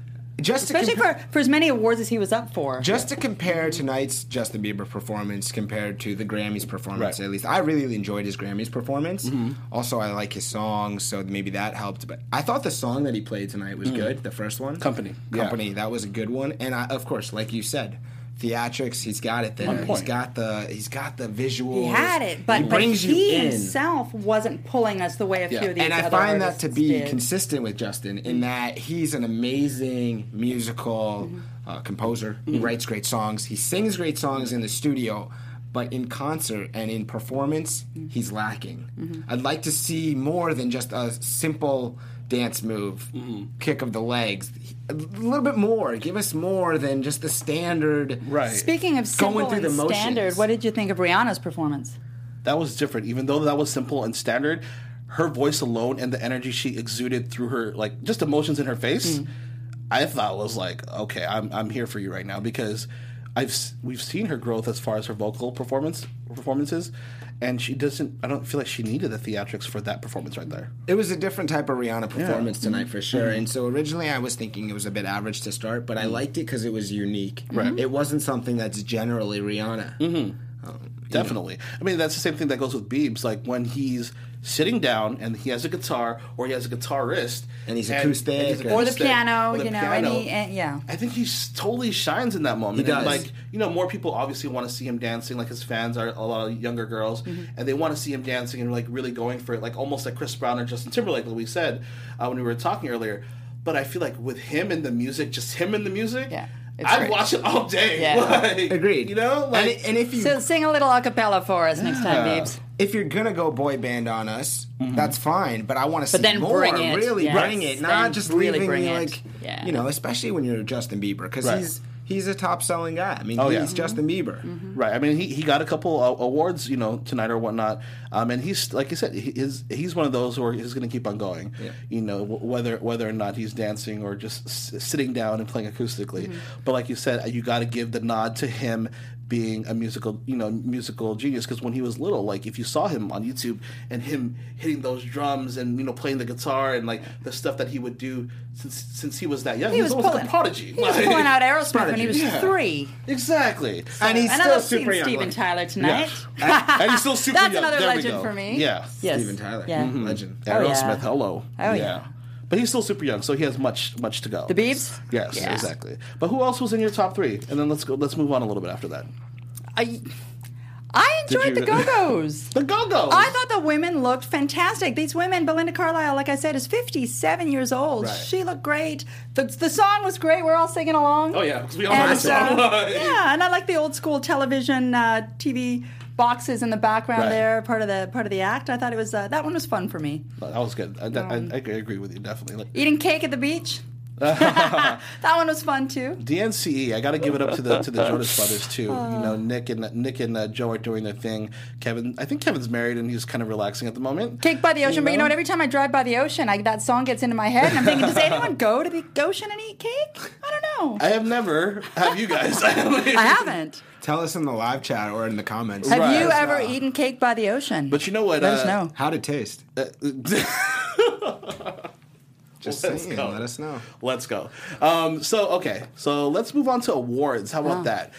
[SPEAKER 5] Just to
[SPEAKER 4] Especially
[SPEAKER 5] compare-
[SPEAKER 4] for, for as many awards as he was up for.
[SPEAKER 5] Just to compare tonight's Justin Bieber performance compared to the Grammys performance,
[SPEAKER 2] Right. Mm-hmm.
[SPEAKER 5] at least I really enjoyed his Grammys performance. Also, I like his songs, so maybe that helped. But I thought the song that he played tonight was good. The first one,
[SPEAKER 2] Mm. Company. Yeah.
[SPEAKER 5] Company, that was a good one. And I, of course, like you said, theatrics. He's got it
[SPEAKER 2] On
[SPEAKER 5] there. He's
[SPEAKER 2] point.
[SPEAKER 5] got the he's got the visual.
[SPEAKER 4] he had it, but he, but he himself wasn't pulling us the way a
[SPEAKER 2] Yeah.
[SPEAKER 4] few of these
[SPEAKER 5] and I
[SPEAKER 4] other
[SPEAKER 5] find that to
[SPEAKER 4] artists
[SPEAKER 5] be
[SPEAKER 4] did. Mm-hmm.
[SPEAKER 5] consistent with Justin in that he's an amazing musical
[SPEAKER 4] Mm-hmm.
[SPEAKER 5] uh, composer. He writes great songs. He sings great songs in the studio, but in concert and in performance,
[SPEAKER 4] Mm-hmm.
[SPEAKER 5] he's lacking. I'd like to see more than just a simple dance move,
[SPEAKER 4] Mm-hmm.
[SPEAKER 5] kick of the legs. A little bit more. Give us more than just the standard.
[SPEAKER 4] Speaking of simple
[SPEAKER 5] Going through
[SPEAKER 4] and
[SPEAKER 5] the motions.
[SPEAKER 4] standard, what did you think of Rihanna's performance?
[SPEAKER 2] that was different. Even though that was simple and standard, her voice alone and the energy she exuded through her, like just emotions in her face, I thought was like, okay, I'm I'm here for you right now because I've s- we've seen her growth as far as her vocal performance performances, and she doesn't. I don't feel like she needed the theatrics for that performance right there.
[SPEAKER 5] It was a different type of Rihanna performance tonight
[SPEAKER 2] Mm-hmm.
[SPEAKER 5] for sure. And so originally I was thinking it was a bit average to start, but I
[SPEAKER 2] Mm-hmm.
[SPEAKER 5] liked it because it was unique. Right. It wasn't something that's generally Rihanna. Mm-hmm.
[SPEAKER 2] Definitely. I mean, that's the same thing that goes with Biebs. Like when he's sitting down and he has a guitar or he has a guitarist
[SPEAKER 5] And he's acoustic or-
[SPEAKER 4] Or the
[SPEAKER 2] acoustic,
[SPEAKER 4] piano,
[SPEAKER 2] or the
[SPEAKER 4] you know,
[SPEAKER 2] piano.
[SPEAKER 4] any and, yeah.
[SPEAKER 2] I think he s- totally shines in that moment.
[SPEAKER 5] He
[SPEAKER 2] And,
[SPEAKER 5] does.
[SPEAKER 2] like you know, more people obviously want to see him dancing. Like his fans are a lot of younger girls,
[SPEAKER 4] Mm-hmm.
[SPEAKER 2] and they want to see him dancing and like really going for it, like almost like Chris Brown or Justin Timberlake, like we said uh, when we were talking earlier. But I feel like with him and the music, just him and the music,
[SPEAKER 4] Yeah, it's
[SPEAKER 2] I'd
[SPEAKER 4] great.
[SPEAKER 2] watch it all day. *laughs*
[SPEAKER 4] Yeah.
[SPEAKER 2] Like,
[SPEAKER 5] Agreed.
[SPEAKER 2] You know,
[SPEAKER 5] and, i- and if you
[SPEAKER 4] So sing a little a cappella for us next time, Biebs.
[SPEAKER 5] if you're gonna go boy band on us,
[SPEAKER 2] Mm-hmm.
[SPEAKER 5] that's fine. But I want to see
[SPEAKER 4] then
[SPEAKER 5] more.
[SPEAKER 4] bring it.
[SPEAKER 5] Really
[SPEAKER 4] Yes.
[SPEAKER 5] bring it,
[SPEAKER 4] Then
[SPEAKER 5] not just
[SPEAKER 4] really
[SPEAKER 5] leaving
[SPEAKER 4] bring it.
[SPEAKER 5] like
[SPEAKER 4] Yeah.
[SPEAKER 5] you know, especially when you're Justin Bieber because
[SPEAKER 2] Right.
[SPEAKER 5] he's he's a top selling guy. I mean,
[SPEAKER 2] Oh,
[SPEAKER 5] he's
[SPEAKER 2] yeah.
[SPEAKER 5] Justin
[SPEAKER 4] Mm-hmm.
[SPEAKER 5] Bieber.
[SPEAKER 2] Right. I mean, he, he got a couple uh, awards, you know, tonight or whatnot. Um, and he's like I said, he- he's he's one of those who are, he's going to keep on going.
[SPEAKER 5] Yeah.
[SPEAKER 2] You know, w- whether whether or not he's dancing or just s- sitting down and playing acoustically.
[SPEAKER 4] Mm-hmm.
[SPEAKER 2] But like you said, uh, you got to give the nod to him being a musical, you know, musical genius. Because when he was little, like if you saw him on YouTube and him hitting those drums and you know playing the guitar and like the stuff that he would do since since he was that young, he, was, almost like a prodigy.
[SPEAKER 4] He was
[SPEAKER 2] Like-
[SPEAKER 4] pulling out Aerosmith when he was
[SPEAKER 2] Prodigy, yeah.
[SPEAKER 4] three.
[SPEAKER 2] Exactly.
[SPEAKER 5] And he's
[SPEAKER 4] and I
[SPEAKER 5] still
[SPEAKER 4] love seeing
[SPEAKER 5] super young.
[SPEAKER 4] Steven
[SPEAKER 5] looking.
[SPEAKER 4] Tyler tonight.
[SPEAKER 2] Yeah. and he's
[SPEAKER 4] *laughs*
[SPEAKER 2] still super
[SPEAKER 4] That's
[SPEAKER 2] young.
[SPEAKER 4] another
[SPEAKER 2] There we
[SPEAKER 4] legend
[SPEAKER 2] go.
[SPEAKER 4] for me.
[SPEAKER 2] Yeah. Mm-hmm.
[SPEAKER 4] Yes.
[SPEAKER 5] Steven Tyler,
[SPEAKER 4] Yeah. Oh,
[SPEAKER 5] legend.
[SPEAKER 2] Aerosmith,
[SPEAKER 4] yeah.
[SPEAKER 2] hello.
[SPEAKER 4] Oh, yeah.
[SPEAKER 2] But he's still super young, so he has much much to go.
[SPEAKER 4] The Biebs?
[SPEAKER 2] Yes,
[SPEAKER 4] Yeah.
[SPEAKER 2] exactly. But who else was in your top three? And then let's go let's move on a little bit after that.
[SPEAKER 4] I, I
[SPEAKER 2] Did
[SPEAKER 4] enjoyed
[SPEAKER 2] you-
[SPEAKER 4] the
[SPEAKER 2] *laughs*
[SPEAKER 4] Go Go's.
[SPEAKER 2] The Go Go's.
[SPEAKER 4] Oh, I thought the women looked fantastic. These women, Belinda Carlisle, like I said, is 57 years old.
[SPEAKER 2] Right.
[SPEAKER 4] She looked great. The, the song was great. We're all singing along.
[SPEAKER 2] Oh, yeah, 'cause we all know
[SPEAKER 4] and,
[SPEAKER 2] the song.
[SPEAKER 4] uh, yeah, and I like the old school television uh, TV boxes in the background
[SPEAKER 2] Right.
[SPEAKER 4] there, part of the part of the act. I thought it was uh, that one was fun for me.
[SPEAKER 2] *laughs* that was good. I, I,
[SPEAKER 4] Um.
[SPEAKER 2] I agree with you definitely. Like,
[SPEAKER 4] Eating cake at
[SPEAKER 2] *laughs*
[SPEAKER 4] the beach. that one was fun too.
[SPEAKER 2] DNCE, E, I got to give it up to the to
[SPEAKER 4] *laughs*
[SPEAKER 2] the Jonas Brothers too. you
[SPEAKER 4] Uh.
[SPEAKER 2] know, Nick and Nick and uh, Joe are doing their thing. Kevin, I think Kevin's married and he's kind of relaxing at the moment.
[SPEAKER 4] Cake by the ocean, but you know what? Every time I drive by the ocean, I, that song gets into my head, and I'm thinking, does anyone go to the ocean and eat cake? I don't know.
[SPEAKER 2] I have never. Have you guys? *laughs* I
[SPEAKER 4] I haven't.
[SPEAKER 5] Tell us in the live chat or in the comments.
[SPEAKER 4] Have
[SPEAKER 2] Right.
[SPEAKER 4] you
[SPEAKER 2] Yes,
[SPEAKER 4] ever eaten cake by the ocean?
[SPEAKER 2] But you know what?
[SPEAKER 4] Let us
[SPEAKER 2] uh, *laughs*
[SPEAKER 4] know.
[SPEAKER 5] How'd it taste? Just
[SPEAKER 2] Let's
[SPEAKER 5] saying.
[SPEAKER 2] go.
[SPEAKER 5] Let us know.
[SPEAKER 2] Let's go. Um, so okay, so let's move on to awards. How about that?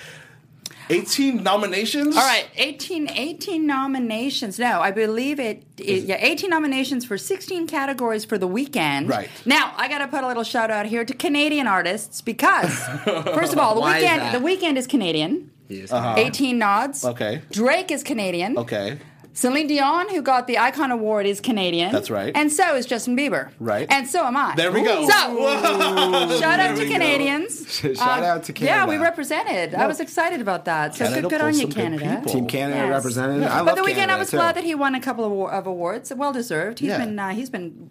[SPEAKER 2] 18 nominations.
[SPEAKER 4] Oh. All right, 18, 18 nominations. No, I believe it, it. Yeah, 18 nominations for 16 categories for the weekend.
[SPEAKER 2] Right.
[SPEAKER 4] Now, I got to put a little shout out here to Canadian artists because,
[SPEAKER 2] *laughs*
[SPEAKER 4] first of all, the
[SPEAKER 5] Why is
[SPEAKER 4] weekend
[SPEAKER 5] that?
[SPEAKER 4] the weekend is Canadian.
[SPEAKER 5] Yes.
[SPEAKER 4] 18 nods.
[SPEAKER 2] Okay.
[SPEAKER 4] Drake is Canadian.
[SPEAKER 2] Okay.
[SPEAKER 4] Celine Dion, who got the Icon Award, is Canadian.
[SPEAKER 2] That's right.
[SPEAKER 4] And so is Justin Bieber.
[SPEAKER 2] Right.
[SPEAKER 4] And so am I.
[SPEAKER 2] There we *laughs* go.
[SPEAKER 4] So, *laughs* shout
[SPEAKER 2] There
[SPEAKER 4] out
[SPEAKER 2] we
[SPEAKER 4] to
[SPEAKER 2] go.
[SPEAKER 4] Canadians. Uh,
[SPEAKER 5] Shout out to
[SPEAKER 4] Yeah,
[SPEAKER 5] Canada.
[SPEAKER 4] we represented. I was excited about that. So
[SPEAKER 2] Canada
[SPEAKER 4] good, good
[SPEAKER 2] pulls
[SPEAKER 4] on you,
[SPEAKER 2] some good
[SPEAKER 4] Canada.
[SPEAKER 2] people.
[SPEAKER 5] Team Canada
[SPEAKER 4] Yes.
[SPEAKER 5] represented. I love
[SPEAKER 4] But the weekend,
[SPEAKER 5] Canada,
[SPEAKER 4] I was
[SPEAKER 5] too.
[SPEAKER 4] glad that he won a couple of, wa- of awards. Well deserved. He's
[SPEAKER 2] Yeah.
[SPEAKER 4] been uh, he's been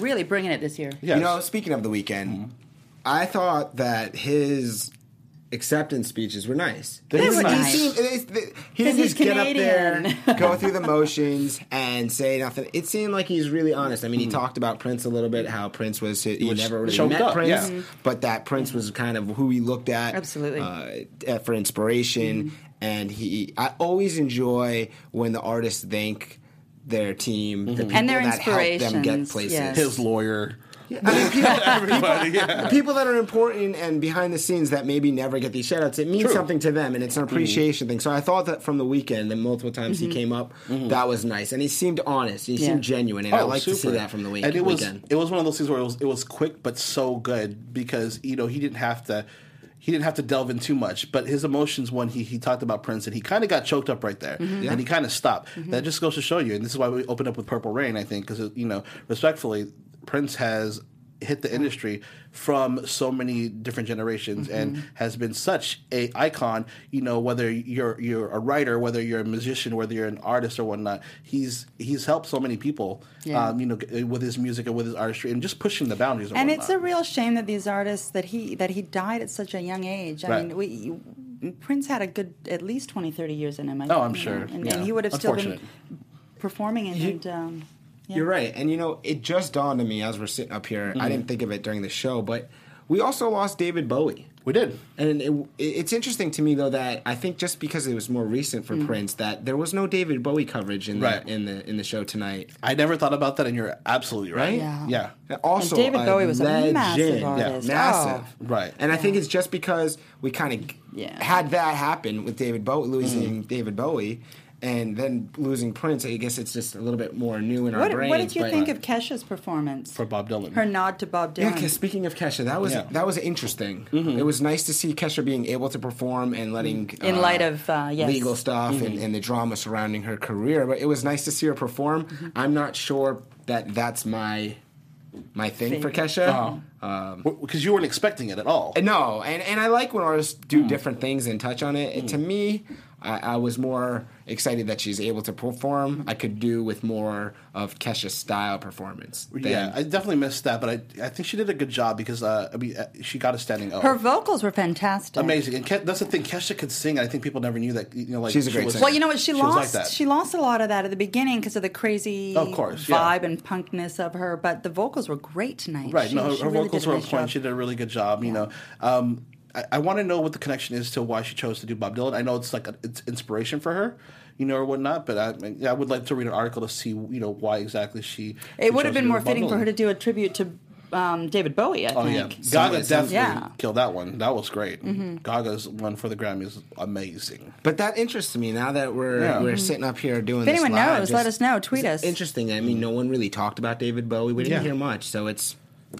[SPEAKER 4] really bringing it this year.
[SPEAKER 2] Yes. Mm-hmm.
[SPEAKER 5] You know, speaking of the weekend, I thought that his acceptance speeches were nice.
[SPEAKER 2] They
[SPEAKER 5] He
[SPEAKER 2] were
[SPEAKER 5] seemed-
[SPEAKER 4] nice.
[SPEAKER 5] He, seemed- they- they- he didn't
[SPEAKER 4] he's
[SPEAKER 5] just get up there, *laughs* go through the motions, and say nothing. It seemed like he's really honest. I mean, he
[SPEAKER 2] Mm-hmm.
[SPEAKER 5] talked about Prince a little bit, how Prince was his, he
[SPEAKER 2] Which
[SPEAKER 5] never really
[SPEAKER 2] showed
[SPEAKER 5] met
[SPEAKER 2] up,
[SPEAKER 5] Prince,
[SPEAKER 2] yeah. Mhm.
[SPEAKER 5] but that Prince was kind of who he looked at
[SPEAKER 4] Mm-hmm. Absolutely. Mm-hmm.
[SPEAKER 5] uh, for inspiration. And he, I always enjoy when the artists thank their team, the people
[SPEAKER 4] Mm-hmm. And their
[SPEAKER 5] that help them get
[SPEAKER 4] inspirations,
[SPEAKER 5] places.
[SPEAKER 4] yes.
[SPEAKER 2] his lawyer.
[SPEAKER 5] I mean, people,
[SPEAKER 2] *laughs* Everybody.
[SPEAKER 5] the
[SPEAKER 2] Yeah.
[SPEAKER 5] people that are important and behind the scenes that maybe never get these shout outs, it means
[SPEAKER 2] True. Mm-hmm.
[SPEAKER 5] something to them and it's an appreciation thing. So I thought that from the weekend, the multiple times he came up, that was nice. And he seemed honest, he
[SPEAKER 4] Yeah.
[SPEAKER 5] seemed genuine, and I
[SPEAKER 2] Mm-hmm. Oh,
[SPEAKER 5] like to see
[SPEAKER 2] super.
[SPEAKER 5] that from the week-
[SPEAKER 2] And it was
[SPEAKER 5] weekend.
[SPEAKER 2] it was one of those things where it was it was quick but so good because you know he didn't have to he didn't have to delve in too much, but his emotions when he, he talked about Prince and he kind of got choked up right there, and he kind of stopped. That just goes to show you, and this is why we opened up with Purple Rain, I think, because you know respectfully, Prince has hit the industry from so many different generations and has been such a icon you know whether you're you're a writer whether you're a musician whether you're an artist or whatnot he's he's helped so many people
[SPEAKER 4] Yeah.
[SPEAKER 2] um, you know g- with his music and with his artistry and just pushing the boundaries
[SPEAKER 4] And
[SPEAKER 2] whatnot.
[SPEAKER 4] it's a real shame that these artists that he that he died at such a young age. I
[SPEAKER 2] Right.
[SPEAKER 4] mean, we you- Prince had a good at least 20, 30 years in him. I
[SPEAKER 2] Oh, I'm
[SPEAKER 4] think, you
[SPEAKER 2] sure.
[SPEAKER 4] know, and,
[SPEAKER 2] Yeah.
[SPEAKER 4] and he would have still been
[SPEAKER 2] Unfortunate.
[SPEAKER 4] performing and. and um, yeah.
[SPEAKER 5] You're right. And you know, it just dawned on me as we're sitting up here,
[SPEAKER 2] Mm-hmm.
[SPEAKER 5] I didn't think of it during the show, but we also lost David Bowie.
[SPEAKER 2] we did
[SPEAKER 5] And it, it- it's interesting to me though that I think just because it was more recent for Prince that there was no David Bowie coverage in
[SPEAKER 2] Mm. Right.
[SPEAKER 5] the in the in the show tonight.
[SPEAKER 2] i never thought about that and you're absolutely right
[SPEAKER 5] Right?
[SPEAKER 4] Yeah.
[SPEAKER 2] yeah
[SPEAKER 5] And also,
[SPEAKER 4] And David
[SPEAKER 5] a
[SPEAKER 4] Bowie was a
[SPEAKER 5] legend.
[SPEAKER 4] massive artist.
[SPEAKER 5] Yeah, massive,
[SPEAKER 4] Oh.
[SPEAKER 2] Right.
[SPEAKER 5] And I think it's just because we kind of
[SPEAKER 4] Yeah. Mm.
[SPEAKER 5] had that happen with David Bowie, losing David Bowie, and then losing Prince. I guess it's just a little bit more new in our
[SPEAKER 4] What,
[SPEAKER 5] brains.
[SPEAKER 4] what did you
[SPEAKER 5] but-
[SPEAKER 4] think of Kesha's performance
[SPEAKER 2] for bob dylan
[SPEAKER 4] Her nod to Bob
[SPEAKER 5] Yeah,
[SPEAKER 4] Dylan.
[SPEAKER 5] 'cause speaking of Kesha, that was
[SPEAKER 2] Yeah.
[SPEAKER 5] that was interesting. It was nice to see Kesha being able to perform and letting
[SPEAKER 4] Mm-hmm. In light of, uh, yes. Mm-hmm.
[SPEAKER 5] legal stuff and, and the drama surrounding her career. But it was nice to see her perform.
[SPEAKER 4] Mm-hmm.
[SPEAKER 5] I'm not sure that that's my my thing for Kesha.
[SPEAKER 4] Oh.
[SPEAKER 5] Uh,
[SPEAKER 2] because you weren't expecting it at all
[SPEAKER 5] And No, and, and I like when artists
[SPEAKER 2] Hmm.
[SPEAKER 5] do different things and touch on it. And to me, I, I was more excited that she's able to perform. I could do with more of Kesha's style performance. than-
[SPEAKER 2] yeah, I definitely missed that, but I, I think she did a good job because uh, I mean, uh, she got a standing O.
[SPEAKER 4] Her vocals were fantastic.
[SPEAKER 2] Amazing, and Ke- that's the thing. Kesha could sing, and I think people never knew that. You know, like
[SPEAKER 5] She's a
[SPEAKER 2] she
[SPEAKER 5] great
[SPEAKER 2] was-
[SPEAKER 5] singer.
[SPEAKER 4] Well, you know what? She,
[SPEAKER 2] was
[SPEAKER 4] lost.
[SPEAKER 2] like that.
[SPEAKER 4] She lost a lot of that at the beginning because of the crazy
[SPEAKER 2] Of course, yeah.
[SPEAKER 4] vibe and punkness of her. But the vocals were great tonight.
[SPEAKER 2] right.
[SPEAKER 4] She-
[SPEAKER 2] no, her,
[SPEAKER 4] she
[SPEAKER 2] her
[SPEAKER 4] really
[SPEAKER 2] vocals
[SPEAKER 4] did a
[SPEAKER 2] were on
[SPEAKER 4] nice
[SPEAKER 2] point.
[SPEAKER 4] job.
[SPEAKER 2] She did a really good job. You know, um, I, I want to know what the connection is to why she chose to do Bob Dylan. I know it's like a, it's inspiration for her, you know, or whatnot. But I, mean, I would like to read an article to see, you know, why exactly she. she
[SPEAKER 4] It would
[SPEAKER 2] chose to
[SPEAKER 4] have been
[SPEAKER 2] do
[SPEAKER 4] more
[SPEAKER 2] Bob
[SPEAKER 4] fitting for
[SPEAKER 2] Dylan.
[SPEAKER 4] her to do a tribute to um, David Bowie. I
[SPEAKER 2] Oh yeah,
[SPEAKER 4] think.
[SPEAKER 2] Gaga
[SPEAKER 5] Somebody- some-
[SPEAKER 2] definitely
[SPEAKER 4] Yeah. Mm-hmm.
[SPEAKER 2] killed that one. That was great. Gaga's one for the Grammy is amazing.
[SPEAKER 5] But that interests me now that we're
[SPEAKER 2] Yeah.
[SPEAKER 5] we're sitting up here doing.
[SPEAKER 4] Hmm. If
[SPEAKER 5] this
[SPEAKER 4] anyone
[SPEAKER 5] live,
[SPEAKER 4] knows, let us know. Tweet us.
[SPEAKER 5] it's Interesting. I mean, no one really talked about David Bowie. We didn't
[SPEAKER 2] Hmm. Yeah.
[SPEAKER 5] hear much, so it's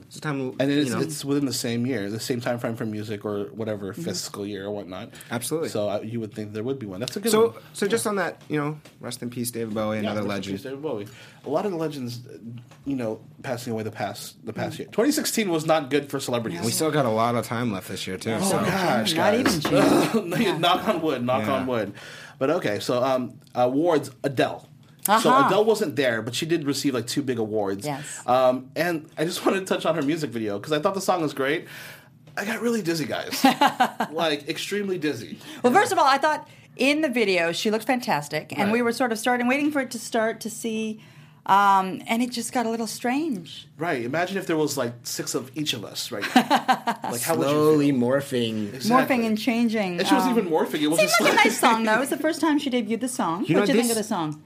[SPEAKER 5] it's time.
[SPEAKER 2] and it's,
[SPEAKER 5] you know,
[SPEAKER 2] it's within the same year, the same time frame for music or whatever
[SPEAKER 4] Mm-hmm.
[SPEAKER 2] fiscal year or whatnot.
[SPEAKER 5] Absolutely.
[SPEAKER 2] So uh, you would think there would be one. That's a good
[SPEAKER 5] so
[SPEAKER 2] one.
[SPEAKER 5] so just on that, you know, rest in peace, David Bowie,
[SPEAKER 2] Yeah,
[SPEAKER 5] another
[SPEAKER 2] rest in
[SPEAKER 5] legend.
[SPEAKER 2] peace, David Bowie. A lot of the legends, uh, you know, passing away the past the past year. 2016 was not good for celebrities.
[SPEAKER 5] We still got a lot of time left this year too.
[SPEAKER 2] Oh
[SPEAKER 5] so.
[SPEAKER 2] gosh,
[SPEAKER 4] Not
[SPEAKER 2] guys.
[SPEAKER 4] even
[SPEAKER 2] *laughs*
[SPEAKER 4] Jane.
[SPEAKER 2] knock on wood, knock
[SPEAKER 5] Yeah.
[SPEAKER 2] on wood. But okay, so um, awards Adele. So
[SPEAKER 4] Aha.
[SPEAKER 2] Adele wasn't there, but she did receive like two big awards.
[SPEAKER 4] Yes.
[SPEAKER 2] Um, and I just *laughs* wanted to touch on her music video because I thought the song was great. I got really dizzy, guys. like extremely dizzy.
[SPEAKER 4] Well, first of all, I thought in the video she looked fantastic, and
[SPEAKER 2] Right.
[SPEAKER 4] we were sort of starting, waiting for it to start to see, um, and it just got a little strange.
[SPEAKER 2] Right. Imagine if there was like six of each of us right now. like how would
[SPEAKER 5] Slowly
[SPEAKER 2] you feel?
[SPEAKER 5] morphing.
[SPEAKER 2] Exactly.
[SPEAKER 4] Morphing and changing.
[SPEAKER 2] And she wasn't
[SPEAKER 4] um,
[SPEAKER 2] even morphing. It was
[SPEAKER 4] Seemed
[SPEAKER 2] just *laughs*
[SPEAKER 4] like a nice song though. It was the first time she debuted the song.
[SPEAKER 5] You know,
[SPEAKER 4] What'd you think
[SPEAKER 5] this-
[SPEAKER 4] of the song?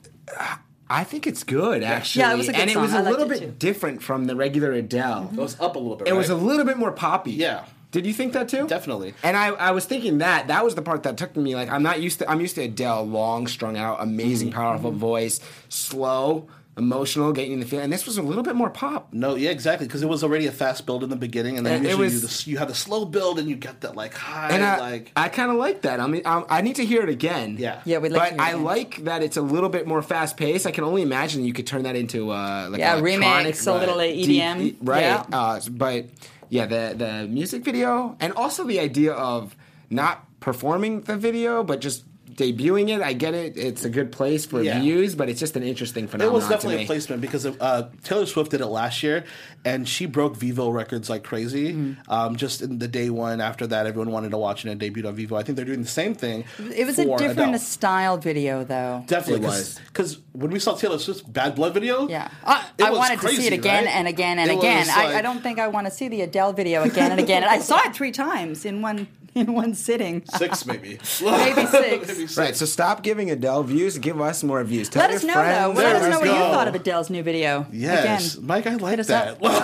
[SPEAKER 5] I think it's good actually.
[SPEAKER 4] Yeah, it was a good
[SPEAKER 5] and it
[SPEAKER 4] song.
[SPEAKER 5] was a
[SPEAKER 4] I liked
[SPEAKER 5] little
[SPEAKER 4] it,
[SPEAKER 5] bit
[SPEAKER 4] too. Mm-hmm.
[SPEAKER 5] different from the regular Adele.
[SPEAKER 2] It was up a little bit.
[SPEAKER 5] It was a
[SPEAKER 2] right?
[SPEAKER 5] little bit more poppy.
[SPEAKER 2] Yeah.
[SPEAKER 5] Did you think that too?
[SPEAKER 2] Definitely.
[SPEAKER 5] And I, I was thinking that that was the part that took me like I'm not used to I'm used to Adele long strung out amazing
[SPEAKER 4] Mm-hmm.
[SPEAKER 5] powerful voice slow emotional getting you the feeling and this was a little bit more pop
[SPEAKER 2] no, yeah, exactly, because it was already a fast build in the beginning, and then
[SPEAKER 5] Yeah, it
[SPEAKER 2] usually
[SPEAKER 5] was-
[SPEAKER 2] you, do the, you have the slow build, and you get that like high,
[SPEAKER 5] and I
[SPEAKER 2] like
[SPEAKER 5] I kind of like that I mean um, I, I need to hear it again
[SPEAKER 2] Yeah.
[SPEAKER 4] Yeah, we'd like to
[SPEAKER 5] but
[SPEAKER 4] hear it
[SPEAKER 5] I
[SPEAKER 4] again.
[SPEAKER 5] like that it's a little bit more fast paced I can only imagine you could turn that into uh like
[SPEAKER 4] Yeah,
[SPEAKER 5] an electronic,
[SPEAKER 4] remix, a little
[SPEAKER 5] deep-
[SPEAKER 4] EDM.
[SPEAKER 5] right
[SPEAKER 4] Yeah.
[SPEAKER 5] uh, but yeah the the music video and also the idea of not performing the video but just debuting it I get it it's a good place for
[SPEAKER 2] Yeah.
[SPEAKER 5] views but it's just an interesting
[SPEAKER 2] It
[SPEAKER 5] phenomenon
[SPEAKER 2] was
[SPEAKER 5] to
[SPEAKER 2] definitely
[SPEAKER 5] me.
[SPEAKER 2] a placement because uh, Taylor Swift did it last year, and she broke Vivo records like crazy.
[SPEAKER 4] Mm-hmm.
[SPEAKER 2] Um, just in the day one after that, everyone wanted to watch it and it debuted on Vivo. I think they're doing the same thing.
[SPEAKER 4] It was a
[SPEAKER 2] for
[SPEAKER 4] different
[SPEAKER 2] Adele.
[SPEAKER 4] style video, though.
[SPEAKER 2] Definitely,
[SPEAKER 5] It was.
[SPEAKER 2] because when we saw Taylor Swift's Bad Blood video,
[SPEAKER 4] Yeah, I,
[SPEAKER 2] it
[SPEAKER 4] I
[SPEAKER 2] was
[SPEAKER 4] wanted to see
[SPEAKER 2] crazy,
[SPEAKER 4] it again
[SPEAKER 2] right?
[SPEAKER 4] and again and
[SPEAKER 2] It
[SPEAKER 4] again.
[SPEAKER 2] was
[SPEAKER 4] I, I
[SPEAKER 2] like-
[SPEAKER 4] don't think I want to see the Adele video again and again. And I saw it three times in one *laughs* in one sitting.
[SPEAKER 2] six maybe,
[SPEAKER 4] *laughs* Maybe six.
[SPEAKER 2] *laughs*
[SPEAKER 5] Right, so stop giving Adele views. Give us more views. Tell
[SPEAKER 4] Let
[SPEAKER 5] your
[SPEAKER 4] us know though.
[SPEAKER 5] friends.
[SPEAKER 4] Let us
[SPEAKER 2] There
[SPEAKER 4] know
[SPEAKER 2] we
[SPEAKER 4] what you
[SPEAKER 2] go.
[SPEAKER 4] thought of Adele's new video.
[SPEAKER 2] Yes,
[SPEAKER 4] Again.
[SPEAKER 2] Mike, I like
[SPEAKER 4] us
[SPEAKER 2] that.
[SPEAKER 4] up. Yeah.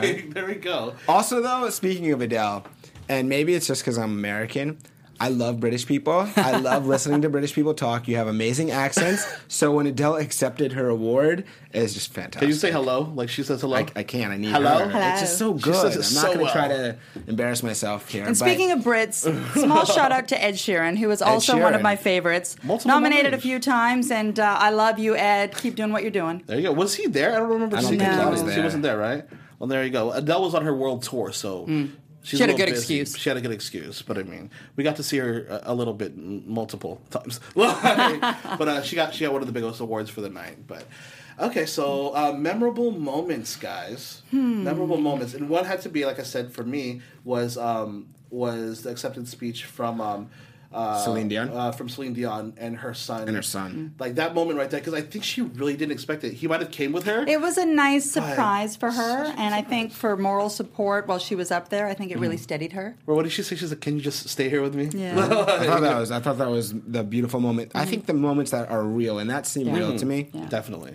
[SPEAKER 2] Like, *laughs* there we go.
[SPEAKER 5] Also, though, speaking of Adele, and maybe it's just because I'm American, I love British people. I
[SPEAKER 4] *laughs*
[SPEAKER 5] love listening to British people talk. You have amazing accents. So when Adele accepted her award, it's just fantastic.
[SPEAKER 2] Can you say hello? Like she says hello.
[SPEAKER 5] I, I can't. I need
[SPEAKER 2] Hello?
[SPEAKER 5] her.
[SPEAKER 4] Hello.
[SPEAKER 5] It's just so
[SPEAKER 2] She
[SPEAKER 5] good.
[SPEAKER 2] says it
[SPEAKER 5] I'm
[SPEAKER 2] so
[SPEAKER 5] not going to
[SPEAKER 2] well.
[SPEAKER 5] try to embarrass myself here.
[SPEAKER 4] And speaking of Brits, small shout out to Ed Sheeran, who is also one
[SPEAKER 5] Sheeran.
[SPEAKER 4] of my favorites.
[SPEAKER 2] Multiple
[SPEAKER 4] Nominated a
[SPEAKER 2] nominees.
[SPEAKER 4] few times, and uh, I love you, Ed. Keep doing what you're doing.
[SPEAKER 2] There you go. Was he there? I don't remember
[SPEAKER 5] I don't
[SPEAKER 2] seeing
[SPEAKER 5] think
[SPEAKER 2] him.
[SPEAKER 4] he was
[SPEAKER 2] She
[SPEAKER 5] there.
[SPEAKER 2] wasn't there, right? Well, there you go. Adele was on her world tour, so
[SPEAKER 5] Mm.
[SPEAKER 2] she's
[SPEAKER 4] She had a
[SPEAKER 2] little
[SPEAKER 4] good excuse.
[SPEAKER 2] She had a good excuse, but I mean, we got to see her a, a little bit m- multiple times. *laughs* Like, but
[SPEAKER 5] *laughs*
[SPEAKER 2] uh, she got she got one of the biggest awards for the night. But okay, so uh, memorable moments, guys.
[SPEAKER 5] Hmm.
[SPEAKER 2] Memorable moments, and one had to be, like I said, for me was um, was the acceptance speech from. Um, uh,
[SPEAKER 5] Celine Dion?
[SPEAKER 2] uh, from Celine Dion and her son
[SPEAKER 5] And her son.
[SPEAKER 2] like that moment right there because I think she really didn't expect it. He might have came with her.
[SPEAKER 4] It was a nice surprise for her, and I think for moral support while she was up there, I think it really steadied her.
[SPEAKER 2] or what did she say? She's like, "Can you just stay here with me?" *laughs*
[SPEAKER 4] Yeah.
[SPEAKER 5] I thought that was I thought that was the beautiful moment. I think the moments that are real, and that seemed
[SPEAKER 4] Yeah.
[SPEAKER 5] real to me.
[SPEAKER 2] Definitely.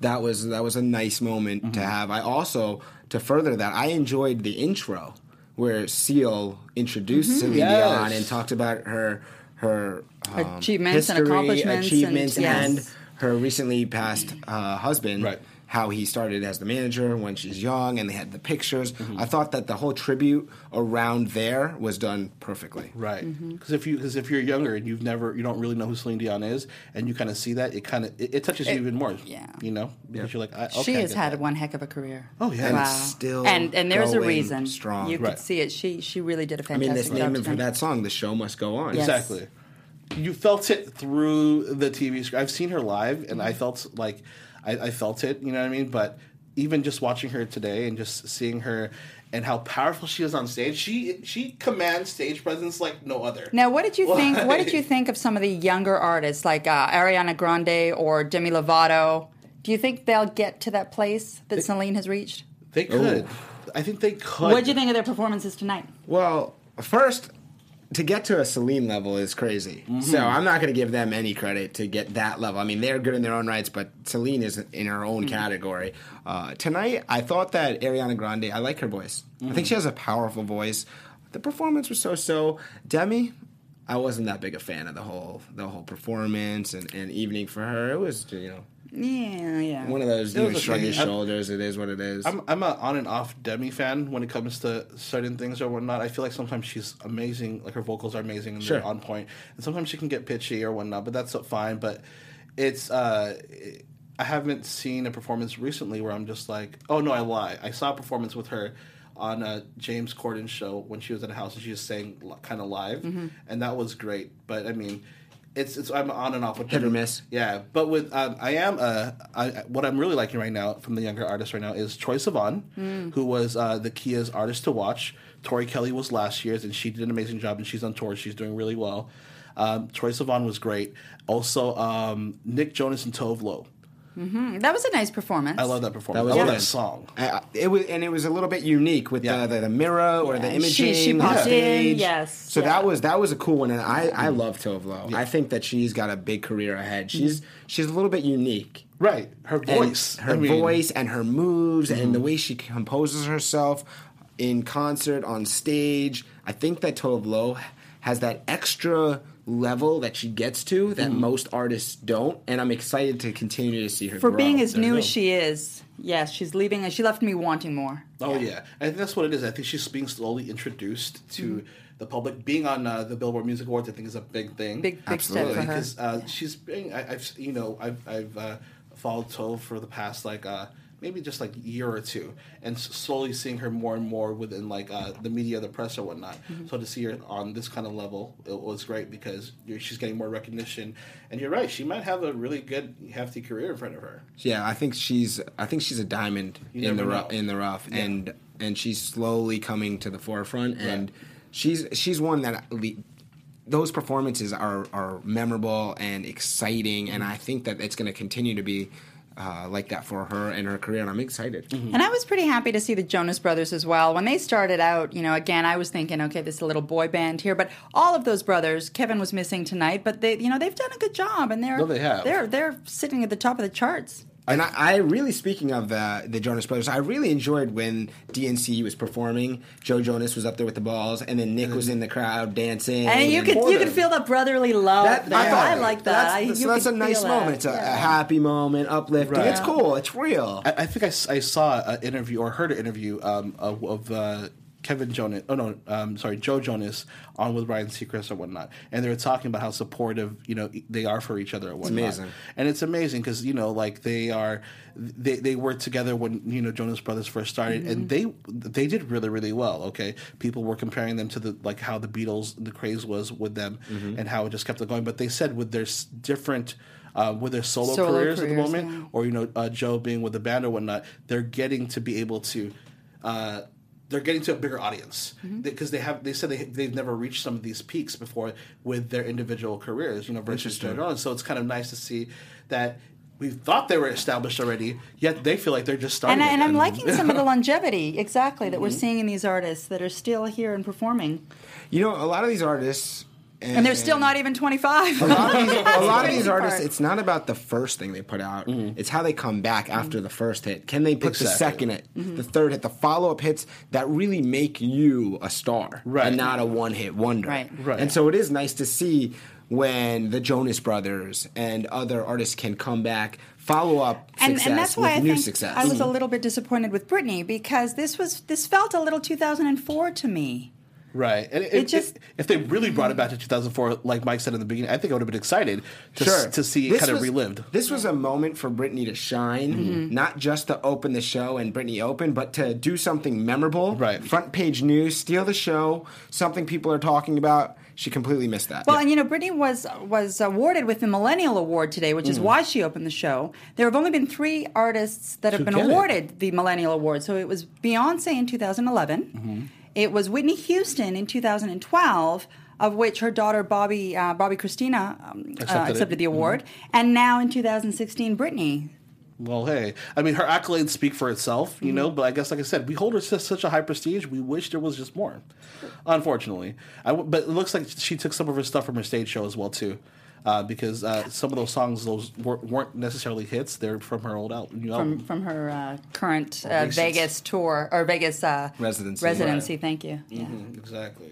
[SPEAKER 5] that was that was a nice moment to
[SPEAKER 4] Mm-hmm.
[SPEAKER 5] have. I also to further that I enjoyed the intro where Seal introduced
[SPEAKER 4] Mm-hmm.
[SPEAKER 5] Celine
[SPEAKER 2] Yes.
[SPEAKER 5] Dion and talked about her her um,
[SPEAKER 4] Achievements and
[SPEAKER 5] history,
[SPEAKER 4] accomplishments
[SPEAKER 5] achievements,
[SPEAKER 4] and- yes.
[SPEAKER 5] and her recently passed uh, husband.
[SPEAKER 2] Right.
[SPEAKER 5] How he started as the manager when she's young, and they had the pictures.
[SPEAKER 4] Mm-hmm.
[SPEAKER 5] I thought that the whole tribute around there was done perfectly.
[SPEAKER 2] Right.
[SPEAKER 4] Mm-hmm.
[SPEAKER 2] Because if you because if you're younger and you've never you don't really know who Celine Dion is and you kind of see that it kind of it, it touches you even more.
[SPEAKER 4] yeah.
[SPEAKER 2] You know because you're like I, okay,
[SPEAKER 4] she
[SPEAKER 2] I
[SPEAKER 4] has
[SPEAKER 2] get
[SPEAKER 4] had
[SPEAKER 2] that.
[SPEAKER 4] one heck of a career.
[SPEAKER 2] Oh, yeah.
[SPEAKER 5] And
[SPEAKER 4] wow.
[SPEAKER 5] still
[SPEAKER 4] and and there's a
[SPEAKER 5] going
[SPEAKER 4] reason
[SPEAKER 5] strong.
[SPEAKER 4] You could
[SPEAKER 2] Right.
[SPEAKER 4] see it. She she really did a
[SPEAKER 5] I mean,
[SPEAKER 4] fantastic
[SPEAKER 5] this
[SPEAKER 4] job.
[SPEAKER 5] name for
[SPEAKER 4] tonight.
[SPEAKER 5] that song, "The Show Must Go On."
[SPEAKER 4] Yes.
[SPEAKER 2] Exactly. You felt it through the TV screen. I've seen her live, and
[SPEAKER 4] Mm-hmm.
[SPEAKER 2] I felt like I, I felt it. You know what I mean? But even just watching her today and just seeing her and how powerful she is on stage, she she commands stage presence like no other.
[SPEAKER 4] Now, what did you think? What did you think of some of the younger artists like uh, Ariana Grande or Demi Lovato? Do you think they'll get to that place that Celine has reached?
[SPEAKER 2] They could. I think they could.
[SPEAKER 4] What did you think of their performances tonight?
[SPEAKER 5] Well, first, to get to a Celine level is crazy.
[SPEAKER 2] Mm-hmm.
[SPEAKER 5] So I'm not going to give them any credit to get that level. I mean, they're good in their own rights, but Celine is in her own
[SPEAKER 2] Mm-hmm.
[SPEAKER 5] category. Uh, tonight, I thought that Ariana Grande, I like her voice. I
[SPEAKER 2] Mm-hmm.
[SPEAKER 5] think she has a powerful voice. The performance was so so. Demi, I wasn't that big a fan of the whole the whole performance and, and evening for her. It was you know
[SPEAKER 4] Yeah, yeah.
[SPEAKER 5] one of those
[SPEAKER 2] It was
[SPEAKER 5] dude shrug
[SPEAKER 2] okay.
[SPEAKER 5] his
[SPEAKER 2] I-
[SPEAKER 5] shoulders. It is what it is.
[SPEAKER 2] I'm I'm a on and off Demi fan when it comes to certain things or whatnot. I feel like sometimes she's amazing, like her vocals are amazing and
[SPEAKER 5] Sure.
[SPEAKER 2] they're on point, and sometimes she can get pitchy or whatnot, but that's fine. But it's uh, I haven't seen a performance recently where I'm just like, oh no, I lie. I saw a performance with her on a James Corden show when she was in a house and she just sang kind of live,
[SPEAKER 5] Mm-hmm.
[SPEAKER 2] and that was great. But I mean. It's, it's I'm on and off with
[SPEAKER 5] Hit or
[SPEAKER 2] Demi.
[SPEAKER 5] miss.
[SPEAKER 2] Yeah, but with um, I am uh, I, what I'm really liking right now from the younger artists right now is Troy Sivan,
[SPEAKER 5] Mm.
[SPEAKER 2] who was uh, the Kia's artist to watch. Tori Kelly was last year's, and she did an amazing job, and she's on tour. She's doing really well. Um, Troy Sivan was great. Also, um, Nick Jonas and Tove Lo.
[SPEAKER 4] That was a nice performance.
[SPEAKER 2] I love that performance.
[SPEAKER 5] That was
[SPEAKER 2] I love
[SPEAKER 5] good.
[SPEAKER 2] that song.
[SPEAKER 5] Oh, I- I- it was, and it was a little bit unique with
[SPEAKER 2] Yeah.
[SPEAKER 5] the, the, the mirror or the
[SPEAKER 4] Yeah,
[SPEAKER 5] imaging.
[SPEAKER 4] she- she
[SPEAKER 5] the
[SPEAKER 4] popped in,
[SPEAKER 5] stage.
[SPEAKER 4] yes,
[SPEAKER 5] So
[SPEAKER 4] yeah. Mm-hmm.
[SPEAKER 5] that was that was a cool one, and I I love Tove Lo. I think that she's got a big career ahead. She's she's a little bit unique.
[SPEAKER 2] Right. Her
[SPEAKER 5] And
[SPEAKER 2] voice.
[SPEAKER 5] her
[SPEAKER 2] I mean,
[SPEAKER 5] voice, and her moves, and
[SPEAKER 4] mm-hmm.
[SPEAKER 5] the way she composes herself in concert on stage. I think that Tove Lo has that extra level that she gets to that
[SPEAKER 4] Mm-hmm.
[SPEAKER 5] most artists don't, and I'm excited to continue to see her
[SPEAKER 4] For
[SPEAKER 5] grow.
[SPEAKER 4] being as
[SPEAKER 2] There you
[SPEAKER 4] new
[SPEAKER 2] go.
[SPEAKER 4] as she is, yes, she's leaving and she left me wanting more.
[SPEAKER 2] Oh yeah, and that's what it is. I think she's being slowly introduced to
[SPEAKER 4] Mm-hmm.
[SPEAKER 2] the public. Being on uh, the Billboard Music Awards, I think, is a big thing.
[SPEAKER 4] Big, big step
[SPEAKER 5] Absolutely.
[SPEAKER 4] for her.
[SPEAKER 2] because uh, she's being. I, I've you know I've I've uh, followed Tove for the past like uh, maybe just like year or two, and s- slowly seeing her more and more within like uh, the media, the press, or whatnot.
[SPEAKER 4] Mm-hmm.
[SPEAKER 2] So to see her on this kind of level, it was great because you're, she's getting more recognition. And you're right, she might have a really good hefty career in front of her.
[SPEAKER 5] Yeah, I think she's I think she's a diamond
[SPEAKER 2] You
[SPEAKER 5] in the
[SPEAKER 2] never
[SPEAKER 5] rough,
[SPEAKER 2] know.
[SPEAKER 5] in the rough, and and she's slowly coming to the forefront, and
[SPEAKER 2] Right.
[SPEAKER 5] she's she's one that le- those performances are are memorable and exciting,
[SPEAKER 2] Mm-hmm.
[SPEAKER 5] and I think that it's going to continue to be. Uh, like that for her and her career, and I'm excited.
[SPEAKER 2] Mm-hmm.
[SPEAKER 4] And I was pretty happy to see the Jonas Brothers as well. When they started out, you know, again, I was thinking, okay, this is a little boy band here, but all of those brothers, Kevin was missing tonight, but they, you know, they've done a good job, and they're
[SPEAKER 2] No, they have.
[SPEAKER 4] they're they're sitting at the top of the charts.
[SPEAKER 5] And I, I really, speaking of the the Jonas Brothers, I really enjoyed when DNC was performing. Joe Jonas was up there with the balls, and then
[SPEAKER 2] Mm-hmm.
[SPEAKER 5] Nick was in the crowd dancing.
[SPEAKER 4] And you could
[SPEAKER 2] for
[SPEAKER 4] you could
[SPEAKER 2] them.
[SPEAKER 4] feel the brotherly love.
[SPEAKER 5] That-
[SPEAKER 4] there. I,
[SPEAKER 5] thought-
[SPEAKER 4] like
[SPEAKER 5] That's,
[SPEAKER 4] that. I-
[SPEAKER 5] so
[SPEAKER 4] you
[SPEAKER 5] that's a
[SPEAKER 4] could
[SPEAKER 5] nice
[SPEAKER 4] feel
[SPEAKER 5] moment.
[SPEAKER 4] that.
[SPEAKER 5] It's a, a
[SPEAKER 4] Yeah.
[SPEAKER 5] happy moment, uplifting.
[SPEAKER 2] Right.
[SPEAKER 5] It's cool. It's real.
[SPEAKER 2] I, I think I, s- I saw an interview or heard an interview um, of, of uh, Kevin Jonas. Oh no, um, sorry, Joe Jonas on with Ryan Seacrest or whatnot, and they were talking about how supportive you know e- they are for each other. Or whatnot.
[SPEAKER 5] amazing.
[SPEAKER 2] and it's amazing because you know like they are they they were together when you know Jonas Brothers first started, and they
[SPEAKER 4] Mm-hmm.
[SPEAKER 2] they did really really well. Okay, people were comparing them to the like how the Beatles the craze was with them and how it just kept it going. But they said with their s- different. Uh, with their solo,
[SPEAKER 4] Solo
[SPEAKER 2] careers, at the
[SPEAKER 4] careers,
[SPEAKER 2] moment,
[SPEAKER 4] yeah.
[SPEAKER 2] or you know uh, Joe being with the band or whatnot, they're getting to be able to. Uh, they're getting to a bigger audience
[SPEAKER 4] Mm-hmm.
[SPEAKER 2] because they have. They said they they've never reached some of these peaks before with their individual careers, you know, versus Joe Jonas. So it's kind of nice to see that we thought they were established already, yet they feel like they're just starting.
[SPEAKER 4] And, I, and I'm
[SPEAKER 2] again.
[SPEAKER 4] liking some of
[SPEAKER 5] *laughs*
[SPEAKER 4] the longevity, exactly, that we're
[SPEAKER 5] Mm-hmm.
[SPEAKER 4] seeing in these artists that are still here and performing.
[SPEAKER 5] You know, a lot of these artists.
[SPEAKER 4] And they're still not even 25.
[SPEAKER 5] *laughs* A lot of
[SPEAKER 4] *laughs*
[SPEAKER 5] these, a lot of
[SPEAKER 4] crazy
[SPEAKER 5] these
[SPEAKER 4] part.
[SPEAKER 5] artists, it's not about the first thing they put out. It's how they come back after the first hit. Can they put the
[SPEAKER 2] Mm-hmm. Exactly.
[SPEAKER 5] second hit,
[SPEAKER 4] Mm-hmm.
[SPEAKER 5] the third hit, the follow up hits that really make you a star
[SPEAKER 2] Right.
[SPEAKER 5] and not a one hit wonder?
[SPEAKER 4] Right.
[SPEAKER 2] Right.
[SPEAKER 5] And so it is nice to see when the Jonas Brothers and other artists can come back, follow up
[SPEAKER 4] and,
[SPEAKER 5] success
[SPEAKER 4] and that's
[SPEAKER 5] with
[SPEAKER 4] why I
[SPEAKER 5] new
[SPEAKER 4] think
[SPEAKER 5] success.
[SPEAKER 4] I
[SPEAKER 2] Mm-hmm.
[SPEAKER 4] was a little bit disappointed with Britney because this was this felt a little 2004 to me.
[SPEAKER 2] right. And it,
[SPEAKER 4] just-
[SPEAKER 2] just if they really brought it back to 2004, like Mike said in the beginning, I think I would have been excited to, s- to see it
[SPEAKER 5] This
[SPEAKER 2] kind of
[SPEAKER 5] was-
[SPEAKER 2] relived. Mm-hmm.
[SPEAKER 5] This was a moment for Britney to shine, not just to open the show and Britney open, but to do something memorable.
[SPEAKER 2] Right.
[SPEAKER 5] Front page news, steal the show, something people are talking about. She completely missed that.
[SPEAKER 4] Well, and you know, Britney was was awarded with the Millennial Award today, which is why she opened the show. There have only been three artists that have
[SPEAKER 2] To
[SPEAKER 4] been
[SPEAKER 2] get it.
[SPEAKER 4] awarded the Millennial Award. So it was Beyonce in 2011. It was Whitney Houston in 2012, of which her daughter Bobby uh, Bobby Christina um, accepted,
[SPEAKER 2] Accepted
[SPEAKER 4] uh,
[SPEAKER 2] it.
[SPEAKER 4] accepted the award, and now in 2016, Britney.
[SPEAKER 2] Well, hey, I mean, her accolades speak for itself, you
[SPEAKER 4] Mm-hmm.
[SPEAKER 2] know. But I guess, like I said, we hold her to such a high prestige. We wish there was just more. Unfortunately, I w- but it looks like she took some of her stuff from her stage show as well too, uh, because uh, some of those songs those were, weren't necessarily hits. They're from her old album. New album.
[SPEAKER 5] Oh.
[SPEAKER 4] From, from her uh, current uh,
[SPEAKER 2] recent.
[SPEAKER 4] Vegas tour or Vegas uh,
[SPEAKER 5] Residency. Mm-hmm.
[SPEAKER 4] Residency, thank you. Yeah.
[SPEAKER 2] Exactly.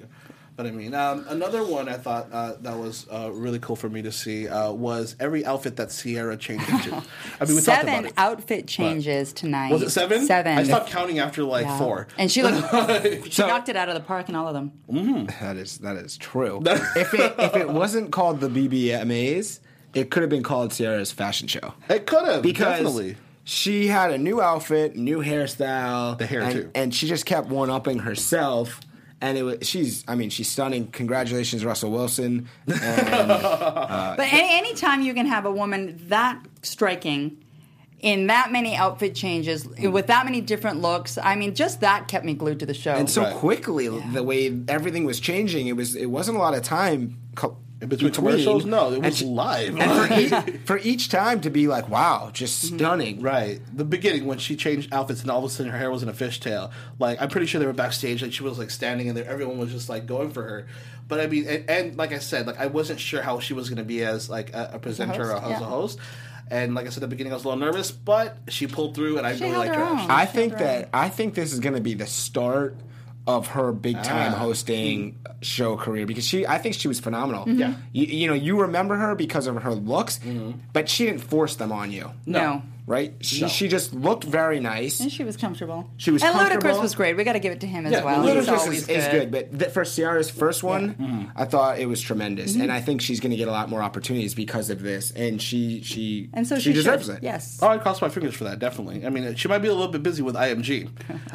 [SPEAKER 2] But I mean, um, another one I thought uh, that was uh, really cool for me to see uh, was every outfit that Sierra changed into. I mean, we talked about
[SPEAKER 4] seven
[SPEAKER 2] it.
[SPEAKER 4] outfit changes tonight.
[SPEAKER 2] was it seven?
[SPEAKER 4] Seven.
[SPEAKER 2] I stopped counting after like
[SPEAKER 4] Yeah.
[SPEAKER 2] four.
[SPEAKER 4] And she
[SPEAKER 5] *laughs*
[SPEAKER 4] looked, she
[SPEAKER 5] So-
[SPEAKER 4] knocked it out of the park in all of them.
[SPEAKER 5] that is that is true. if it if it wasn't called the BBMAs, it could have been called Sierra's fashion show.
[SPEAKER 2] it could have
[SPEAKER 5] Because
[SPEAKER 2] definitely.
[SPEAKER 5] she had a new outfit, new hairstyle,
[SPEAKER 2] The hair,
[SPEAKER 5] and,
[SPEAKER 2] too.
[SPEAKER 5] and she just kept one upping herself. And it was she's I mean she's stunning. Congratulations, Russell Wilson. And
[SPEAKER 2] *laughs*
[SPEAKER 4] But any, anytime you can have a woman that striking in that many outfit changes with that many different looks. I mean, just that kept me glued to the show.
[SPEAKER 5] and so
[SPEAKER 2] Right.
[SPEAKER 5] quickly the way everything was changing it was it wasn't a lot of time co-
[SPEAKER 2] In between commercials? No, it
[SPEAKER 5] And
[SPEAKER 2] was
[SPEAKER 5] she- *laughs*
[SPEAKER 2] live.
[SPEAKER 5] and for, each, for each time to be like wow just
[SPEAKER 2] *laughs*
[SPEAKER 5] stunning
[SPEAKER 2] Right. The beginning when she changed outfits and all of a sudden her hair was in a fishtail. Like I'm pretty sure they were backstage, like she was like standing and there everyone was just like going for her. But I mean and, and like I said, like I wasn't sure how she was gonna be as like a, a presenter
[SPEAKER 4] host,
[SPEAKER 2] or as a
[SPEAKER 4] yeah.
[SPEAKER 2] host. And like I said at the beginning I was a little nervous, but she pulled through and I
[SPEAKER 4] She
[SPEAKER 2] really
[SPEAKER 4] held
[SPEAKER 2] liked
[SPEAKER 4] her
[SPEAKER 2] her.
[SPEAKER 4] own.
[SPEAKER 2] actually.
[SPEAKER 5] I think that I think this is going to be the start of her big time hosting show career because she I think she was phenomenal.
[SPEAKER 4] Mm-hmm.
[SPEAKER 2] Yeah.
[SPEAKER 5] you, you know you remember her because of her looks, but she didn't force them on you,
[SPEAKER 4] no.
[SPEAKER 5] right? She she just looked very nice.
[SPEAKER 4] And she was comfortable.
[SPEAKER 5] She was
[SPEAKER 4] and Ludacris
[SPEAKER 5] comfortable.
[SPEAKER 4] was great. We got to give it to him as
[SPEAKER 2] Yeah,
[SPEAKER 4] well.
[SPEAKER 2] Ludacris
[SPEAKER 4] He's
[SPEAKER 5] Ludacris
[SPEAKER 4] always
[SPEAKER 5] is, is good, but th- for Ciara's first one, I thought it was tremendous,
[SPEAKER 4] Mm-hmm.
[SPEAKER 5] and I think she's going to get a lot more opportunities because of this, and she she
[SPEAKER 4] And so
[SPEAKER 5] she,
[SPEAKER 4] she,
[SPEAKER 5] deserves
[SPEAKER 4] should.
[SPEAKER 5] it.
[SPEAKER 4] Yes.
[SPEAKER 2] Oh, I crossed my fingers for that. Definitely. I mean, she might be a little bit busy with IMG.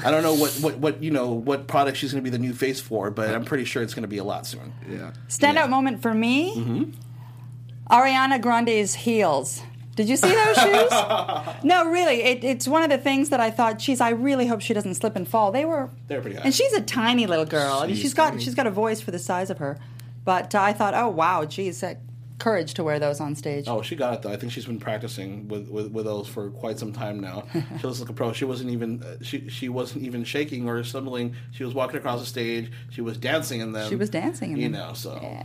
[SPEAKER 2] I don't know what, what, what you know what product she's going to be the new face for, but I'm pretty sure it's going to be a lot soon.
[SPEAKER 5] Yeah.
[SPEAKER 4] Standout moment for me
[SPEAKER 2] Mm-hmm.
[SPEAKER 4] Ariana Grande's heels. Did you
[SPEAKER 2] *laughs*
[SPEAKER 4] see those shoes? no, really. It, it's one of the things that I thought, geez, I really hope she doesn't slip and fall. They were.
[SPEAKER 2] They're pretty high.
[SPEAKER 4] And she's a tiny little girl. and
[SPEAKER 5] She's
[SPEAKER 4] she's got
[SPEAKER 5] tiny.
[SPEAKER 4] she's got a voice for the size of her. But uh, I thought, oh, wow, geez, that courage to wear those on stage.
[SPEAKER 2] Oh, she got it though. I think she's been practicing with, with, with those for quite some time
[SPEAKER 5] *laughs*
[SPEAKER 2] now. She looks like a pro. She wasn't even uh, she she wasn't even shaking or stumbling. She was walking across the stage. She was dancing in them.
[SPEAKER 4] She was dancing in
[SPEAKER 2] you
[SPEAKER 4] them.
[SPEAKER 2] know. So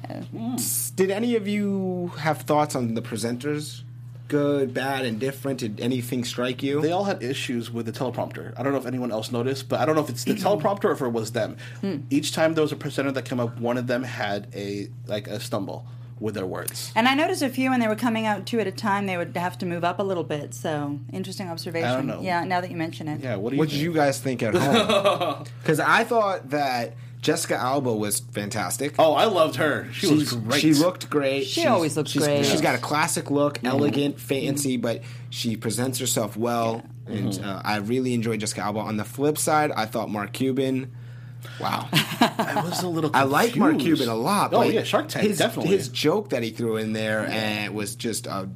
[SPEAKER 5] Did any of you have thoughts on the presenters? Good, bad, and different? Did anything strike you?
[SPEAKER 2] they all had issues with the teleprompter. I don't know if anyone else noticed, but I don't know if
[SPEAKER 5] *clears throat*
[SPEAKER 2] it's the teleprompter or if it was them.
[SPEAKER 5] Hmm.
[SPEAKER 2] Each time there was a presenter that came up, one of them had a like a stumble with their words.
[SPEAKER 4] And I noticed a few when they were coming out two at a time, they would have to move up a little bit. So interesting observation.
[SPEAKER 2] know.
[SPEAKER 4] Yeah, now that you mention it.
[SPEAKER 2] Yeah. What do you?
[SPEAKER 5] what did
[SPEAKER 2] think?
[SPEAKER 5] you guys think at home?
[SPEAKER 2] *laughs*
[SPEAKER 5] Because I thought that Jessica Alba was fantastic.
[SPEAKER 2] Oh, I loved her. She was
[SPEAKER 5] She's-
[SPEAKER 2] great.
[SPEAKER 5] She looked great.
[SPEAKER 4] She always looks
[SPEAKER 5] she's,
[SPEAKER 4] great.
[SPEAKER 5] She's got a classic look,
[SPEAKER 2] Mm-hmm.
[SPEAKER 5] elegant, fancy, but she presents herself well. And
[SPEAKER 2] Mm-hmm.
[SPEAKER 5] uh, I really enjoyed Jessica Alba. On the flip side, I thought Mark Cuban.
[SPEAKER 4] *laughs*
[SPEAKER 5] Wow,
[SPEAKER 2] I was a little.
[SPEAKER 5] *laughs* I like Mark
[SPEAKER 2] confused.
[SPEAKER 5] Cuban a lot.
[SPEAKER 2] Oh
[SPEAKER 5] but
[SPEAKER 2] yeah, Shark Tank
[SPEAKER 5] his,
[SPEAKER 2] definitely.
[SPEAKER 5] His joke that he threw in there and it was just a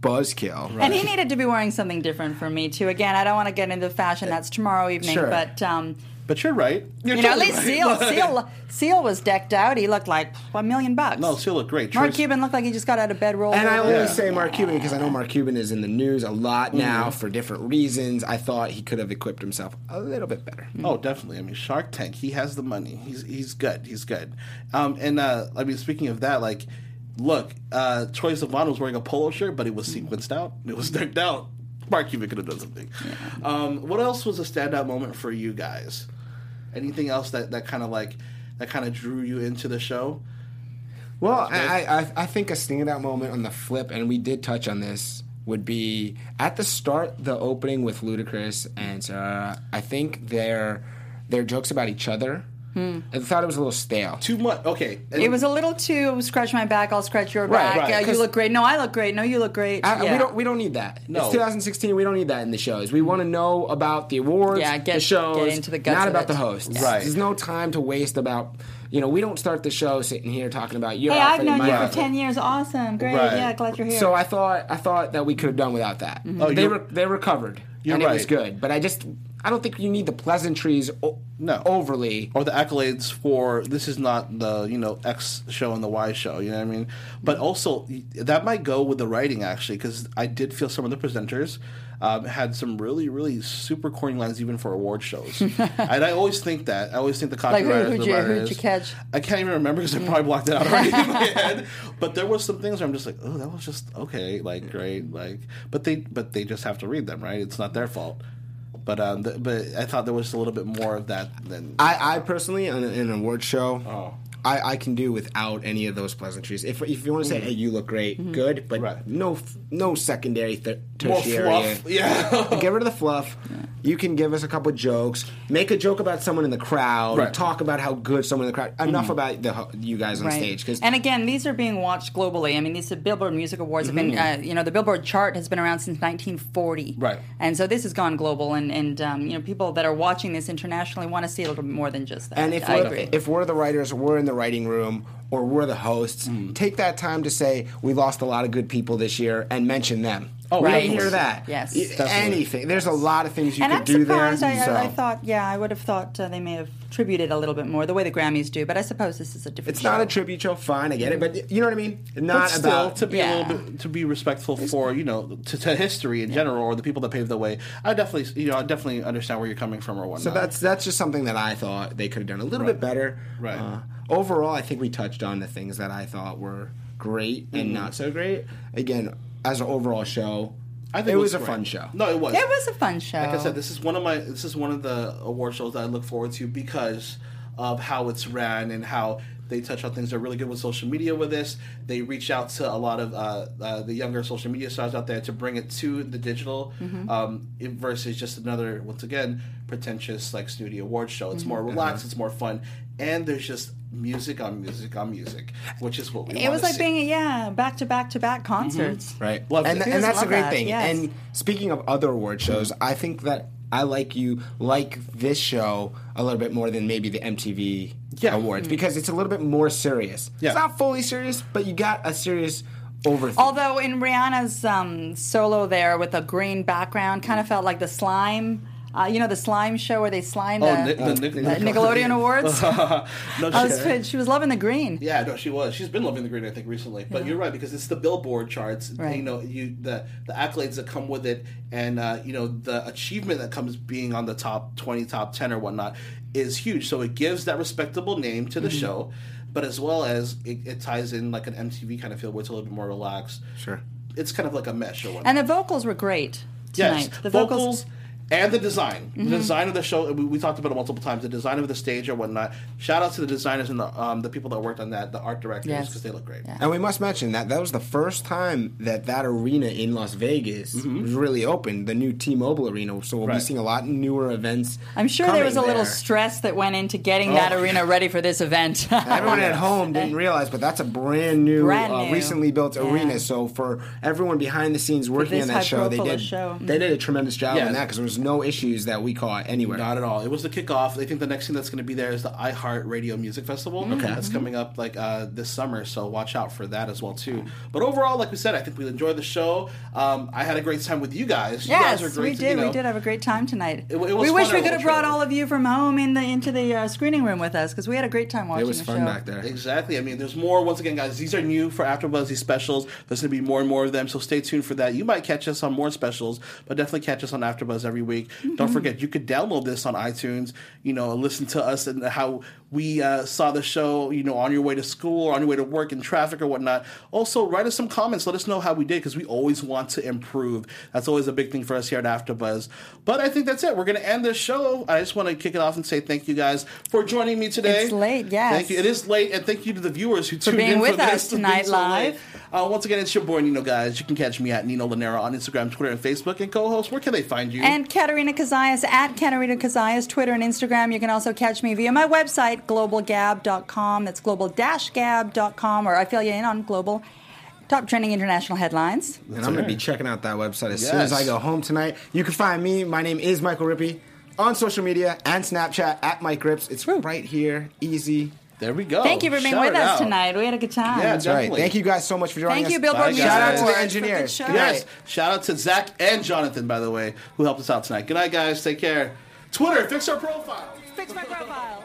[SPEAKER 5] buzzkill.
[SPEAKER 4] And he needed to be wearing something different for me too. Again, I don't want to get into fashion. That's tomorrow evening.
[SPEAKER 5] Uh, Sure.
[SPEAKER 4] But um,
[SPEAKER 2] but you're right. You're
[SPEAKER 4] you know, at
[SPEAKER 2] totally
[SPEAKER 4] least
[SPEAKER 2] right. *laughs*
[SPEAKER 4] Seal, Seal, Seal was decked out. He looked like a million bucks.
[SPEAKER 2] No, Seal looked great.
[SPEAKER 4] Mark
[SPEAKER 2] Trace-
[SPEAKER 4] Cuban looked like he just got out of bed, rolled.
[SPEAKER 5] And I
[SPEAKER 4] over.
[SPEAKER 5] only say Mark Cuban because I know Mark Cuban is in the news a
[SPEAKER 2] Mm-hmm.
[SPEAKER 5] lot now for different reasons. I thought he could have equipped himself a little bit better.
[SPEAKER 2] Oh, definitely. I mean, Shark Tank. He has the money. He's he's good. He's good. Um, and uh, I mean, speaking of that, like, look, uh, Troy Sivan was wearing a polo shirt, but it was
[SPEAKER 4] Mm.
[SPEAKER 2] sequenced out. It was decked out. Mark Cuban could have done something. Um, what else was a standout moment for you guys? Anything else that that kind of like that kind of drew you into the show?
[SPEAKER 5] Well, I, I- I, I think a standout moment on the flip, and we did touch on this, would be at the start, the opening with Ludacris and Sarah. I think their their jokes about each other.
[SPEAKER 2] Hmm.
[SPEAKER 5] I thought it was a little stale.
[SPEAKER 2] Too much. Okay. And-
[SPEAKER 4] It was a little too scratch my back. I'll scratch your
[SPEAKER 5] Right,
[SPEAKER 4] back.
[SPEAKER 5] right,
[SPEAKER 4] Yeah, you
[SPEAKER 5] 'cause-
[SPEAKER 4] look great. No, I look great. No, you look great.
[SPEAKER 5] I,
[SPEAKER 4] yeah.
[SPEAKER 5] We don't. We don't need that.
[SPEAKER 2] No.
[SPEAKER 5] It's 2016. We don't need that in the shows. We want to know about the awards,
[SPEAKER 4] Yeah, get-
[SPEAKER 5] the shows,
[SPEAKER 4] get into the guts
[SPEAKER 5] not
[SPEAKER 4] of
[SPEAKER 5] about
[SPEAKER 4] it.
[SPEAKER 5] the hosts.
[SPEAKER 2] Right.
[SPEAKER 5] There's no time to waste about. You know, we don't start the show sitting here talking about your
[SPEAKER 4] Hey,
[SPEAKER 5] outfit
[SPEAKER 4] I've
[SPEAKER 5] and
[SPEAKER 4] known
[SPEAKER 5] my
[SPEAKER 4] you for
[SPEAKER 5] outfit.
[SPEAKER 4] ten years. Awesome, great.
[SPEAKER 2] Right.
[SPEAKER 4] Yeah, glad you're here.
[SPEAKER 5] So I thought I thought that we could have done without that.
[SPEAKER 4] Mm-hmm.
[SPEAKER 2] Oh,
[SPEAKER 5] they
[SPEAKER 2] you're-
[SPEAKER 5] were they recovered
[SPEAKER 2] You're
[SPEAKER 5] and it was
[SPEAKER 2] right.
[SPEAKER 5] good, but I just I don't think you need the pleasantries o-
[SPEAKER 2] No.
[SPEAKER 5] overly.
[SPEAKER 2] or the accolades for this is not the you know X show and the Y show. You know what I mean? But also that might go with the writing actually, because I did feel some of the presenters um, had some really really super corny lines even for award
[SPEAKER 4] *laughs*
[SPEAKER 2] shows, and I always think that I always think the
[SPEAKER 4] Like,
[SPEAKER 2] copywriters.
[SPEAKER 4] who- who'd
[SPEAKER 2] the
[SPEAKER 4] you- who'd
[SPEAKER 2] writers-
[SPEAKER 4] you catch?
[SPEAKER 2] I can't even remember because I probably blocked it out already in
[SPEAKER 4] *laughs*
[SPEAKER 2] my head. But there was some things where I'm just like, oh, that was just okay, like great, like. But they but they just have to read them, right? It's not their fault. But um, th- but I thought there was a little bit more of that than
[SPEAKER 5] I, I personally on an award show.
[SPEAKER 2] Oh.
[SPEAKER 5] I, I can do without any of those pleasantries. If, if you want to say, "Hey, you look great,"
[SPEAKER 4] Mm-hmm.
[SPEAKER 5] good, but
[SPEAKER 2] Mm-hmm. Right.
[SPEAKER 5] no f- no secondary, th-
[SPEAKER 2] more
[SPEAKER 5] tertiary.
[SPEAKER 2] fluff. *laughs* Yeah.
[SPEAKER 5] Get rid of the fluff. You can give us a couple jokes. Make a joke about someone in the crowd.
[SPEAKER 2] Right.
[SPEAKER 5] Talk about how good someone in the crowd. Enough about the ho- you guys on
[SPEAKER 4] Mm-hmm. Right.
[SPEAKER 5] stage because
[SPEAKER 4] and again, these are being watched globally. I mean, these are Billboard Music Awards have been,
[SPEAKER 5] Mm-hmm.
[SPEAKER 4] uh, you know, the Billboard chart has been around since 1940.
[SPEAKER 2] Right.
[SPEAKER 4] And so this has gone global, and and um, you know, people that are watching this internationally want to see a little bit more than just that.
[SPEAKER 5] And if
[SPEAKER 4] I
[SPEAKER 5] we're,
[SPEAKER 4] agree.
[SPEAKER 5] if we're the writers, we're in the writing room. or we're the hosts,
[SPEAKER 2] Hmm.
[SPEAKER 5] take that time to say we lost a lot of good people this year and mention them. Oh, we
[SPEAKER 4] right.
[SPEAKER 5] don't hear that.
[SPEAKER 4] Yes.
[SPEAKER 5] Y-
[SPEAKER 4] Definitely.
[SPEAKER 5] Anything. There's a lot of things you
[SPEAKER 4] and
[SPEAKER 5] could
[SPEAKER 4] I'm
[SPEAKER 5] do there.
[SPEAKER 4] surprised. I,
[SPEAKER 5] so.
[SPEAKER 4] I, I thought, yeah, I would have thought uh, they may have tributed a little bit more, the way the Grammys do. But I suppose this is a different.
[SPEAKER 5] it's not a
[SPEAKER 4] show.
[SPEAKER 5] tribute show. Fine, I get it, but you know what I mean.
[SPEAKER 2] But
[SPEAKER 5] Not
[SPEAKER 2] still,
[SPEAKER 5] about
[SPEAKER 2] to be a
[SPEAKER 4] Yeah.
[SPEAKER 2] little bit to be respectful for you know to, to history in general or the people that paved the way. I definitely you know I definitely understand where you're coming from or whatnot.
[SPEAKER 5] So that's that's just something that I thought they could have done a little bit better.
[SPEAKER 2] Right.
[SPEAKER 5] Uh, overall, I think we touched on the things that I thought were great
[SPEAKER 2] Hmm.
[SPEAKER 5] and not so great. Again, as an overall show,
[SPEAKER 2] I think
[SPEAKER 5] it, was, a
[SPEAKER 2] great.
[SPEAKER 5] fun show.
[SPEAKER 2] No, it was.
[SPEAKER 4] It was a fun show.
[SPEAKER 2] like I said, this is one of my this is one of the award shows that I look forward to because of how it's ran and how they touch on things. They're really good with social media with this. They reach out to a lot of uh, uh, the younger social media stars out there to bring it to the digital
[SPEAKER 4] Mm-hmm.
[SPEAKER 2] um, it- versus just another once again pretentious like snooty award show. It's
[SPEAKER 4] Mm-hmm.
[SPEAKER 2] more
[SPEAKER 4] Uh-huh.
[SPEAKER 2] relaxed. It's more fun, and there's just music on music on music, which is what we.
[SPEAKER 4] it
[SPEAKER 2] wanna
[SPEAKER 4] was like
[SPEAKER 2] see.
[SPEAKER 4] being yeah back to back to back concerts.
[SPEAKER 5] Mm-hmm. Right.
[SPEAKER 2] Loved
[SPEAKER 5] and
[SPEAKER 2] it.
[SPEAKER 5] and that's
[SPEAKER 4] Love
[SPEAKER 5] a great
[SPEAKER 4] that,
[SPEAKER 5] thing.
[SPEAKER 4] yes.
[SPEAKER 5] And speaking of other award shows, I think that I like you like this show a little bit more than maybe the MTV
[SPEAKER 2] Yeah.
[SPEAKER 5] awards
[SPEAKER 4] Mm.
[SPEAKER 5] because it's a little bit more serious.
[SPEAKER 2] Yeah.
[SPEAKER 5] It's not fully serious, but you got a serious over.
[SPEAKER 4] Although in Rihanna's um, solo there with a green background, kind of felt like the slime. Uh, you know the slime show where they slime
[SPEAKER 2] Oh,
[SPEAKER 4] the,
[SPEAKER 2] Nick- the Nick-
[SPEAKER 4] the
[SPEAKER 2] Nickelodeon.
[SPEAKER 4] Nickelodeon *laughs* Awards.
[SPEAKER 2] *laughs* no,
[SPEAKER 4] I
[SPEAKER 2] shit.
[SPEAKER 4] was, she was loving the green.
[SPEAKER 2] Yeah, no, she was. She's been loving the green, I think, recently. But you're right because it's the Billboard charts.
[SPEAKER 4] Right.
[SPEAKER 2] You know, you the the accolades that come with it, and uh, you know the achievement that comes being on the top twenty, top ten, or whatnot is huge. So it gives that respectable name to the show, but as well as it, it ties in like an MTV kind of feel where it's a little bit more relaxed.
[SPEAKER 5] Sure.
[SPEAKER 2] it's kind of like a mesh or whatnot.
[SPEAKER 4] And the vocals were great tonight.
[SPEAKER 2] Yes,
[SPEAKER 4] The Mm-hmm.
[SPEAKER 2] vocals, and the design. The design of the show, we, we talked about it multiple times. The design of the stage or whatnot. Shout out to the designers and the um, the people that worked on that, the art directors,
[SPEAKER 4] Yes.
[SPEAKER 2] because they look great.
[SPEAKER 5] And we must mention that that was the first time that that arena in Las Vegas was really open, the new T-Mobile arena. So we'll
[SPEAKER 2] Right.
[SPEAKER 5] be seeing a lot newer events.
[SPEAKER 4] I'm sure there was a
[SPEAKER 5] coming
[SPEAKER 4] little
[SPEAKER 5] there.
[SPEAKER 4] stress that went into
[SPEAKER 2] Oh.
[SPEAKER 4] getting that arena ready for
[SPEAKER 2] *laughs*
[SPEAKER 4] this event.
[SPEAKER 5] Everyone at home didn't realize, but that's a brand new,
[SPEAKER 4] Brand
[SPEAKER 5] uh,
[SPEAKER 4] new.
[SPEAKER 5] recently built
[SPEAKER 4] Yeah.
[SPEAKER 5] arena. So for everyone behind the scenes working
[SPEAKER 4] this
[SPEAKER 5] on that show, they
[SPEAKER 4] high-profile
[SPEAKER 5] did
[SPEAKER 4] show.
[SPEAKER 5] they did a tremendous job
[SPEAKER 2] Yeah.
[SPEAKER 5] on that because there was no issues that we caught anywhere.
[SPEAKER 2] Not at all. It was the kickoff. I think the next thing that's going to be there is the iHeart Radio Music Festival.
[SPEAKER 4] Mm-hmm.
[SPEAKER 2] Okay, that's coming up like uh, this summer, so watch out for that as well too. But overall, like we said, I think we enjoyed the show. Um, I had a great time with you guys. You
[SPEAKER 4] yes,
[SPEAKER 2] guys are great.
[SPEAKER 4] we did.
[SPEAKER 2] you know.
[SPEAKER 4] We did have a great time tonight.
[SPEAKER 2] It wa- it was
[SPEAKER 4] we
[SPEAKER 2] fun
[SPEAKER 4] wish
[SPEAKER 2] at
[SPEAKER 4] we could
[SPEAKER 2] Old
[SPEAKER 4] have brought
[SPEAKER 2] Trail.
[SPEAKER 4] all of you from home in the into the uh, screening room with us because we had a great time watching
[SPEAKER 5] It was
[SPEAKER 4] the
[SPEAKER 5] fun
[SPEAKER 4] show.
[SPEAKER 5] back there.
[SPEAKER 2] Exactly. I mean, there's more. Once again, guys, these are new for AfterBuzz. These specials. There's going to be more and more of them. So stay tuned for that. You might catch us on more specials, but definitely catch us on AfterBuzz every week. Don't forget, you could download this on iTunes. You know, listen to us and how we uh, saw the show. You know, on your way to school or on your way to work in traffic or whatnot. Also, write us some comments. Let us know how we did because we always want to improve. That's always a big thing for us here at AfterBuzz. But I think that's it. We're going to end this show. I just want to kick it off and say thank you guys for joining me today.
[SPEAKER 4] It's late, yes.
[SPEAKER 2] Thank you. It is it's late, and thank you to the viewers who tuned
[SPEAKER 4] being
[SPEAKER 2] in
[SPEAKER 4] with
[SPEAKER 2] for this
[SPEAKER 4] us
[SPEAKER 2] being
[SPEAKER 4] tonight
[SPEAKER 2] so
[SPEAKER 4] live.
[SPEAKER 2] late. Uh, once again, it's your boy Nino, guys. You can catch me at Nino Lanera on Instagram, Twitter, and Facebook. And co-host, where can they find you?
[SPEAKER 4] And Katarina Kazayas at Katarina Kazayas, Twitter and Instagram. You can also catch me via my website, globalgab.com. That's global-gab.com, or I fill you in on global top trending international headlines.
[SPEAKER 5] and I'm going to be checking out that website as soon
[SPEAKER 2] Yes.
[SPEAKER 5] as I go home tonight. You can find me. My name is Michael Rippey on social media and Snapchat at Mike Rips. It's right here, easy.
[SPEAKER 2] there we go.
[SPEAKER 4] Thank you for being
[SPEAKER 2] Oh, Shout
[SPEAKER 4] with
[SPEAKER 2] it
[SPEAKER 4] us
[SPEAKER 2] out.
[SPEAKER 4] tonight. We had a good time.
[SPEAKER 2] Yeah,
[SPEAKER 5] That's right.
[SPEAKER 2] Definitely.
[SPEAKER 5] Thank you guys so much for joining
[SPEAKER 4] Thank
[SPEAKER 5] us.
[SPEAKER 4] you, Billboard
[SPEAKER 2] Bye,
[SPEAKER 4] Music
[SPEAKER 5] Shout out to
[SPEAKER 4] Awards
[SPEAKER 5] the
[SPEAKER 4] for
[SPEAKER 5] engineers.
[SPEAKER 4] show.
[SPEAKER 5] Good night.
[SPEAKER 2] Yes. Shout out to Zach and Jonathan, by the way, who helped us out tonight. Good night, guys. Take care. Twitter, fix our profile.
[SPEAKER 4] Fix my profile.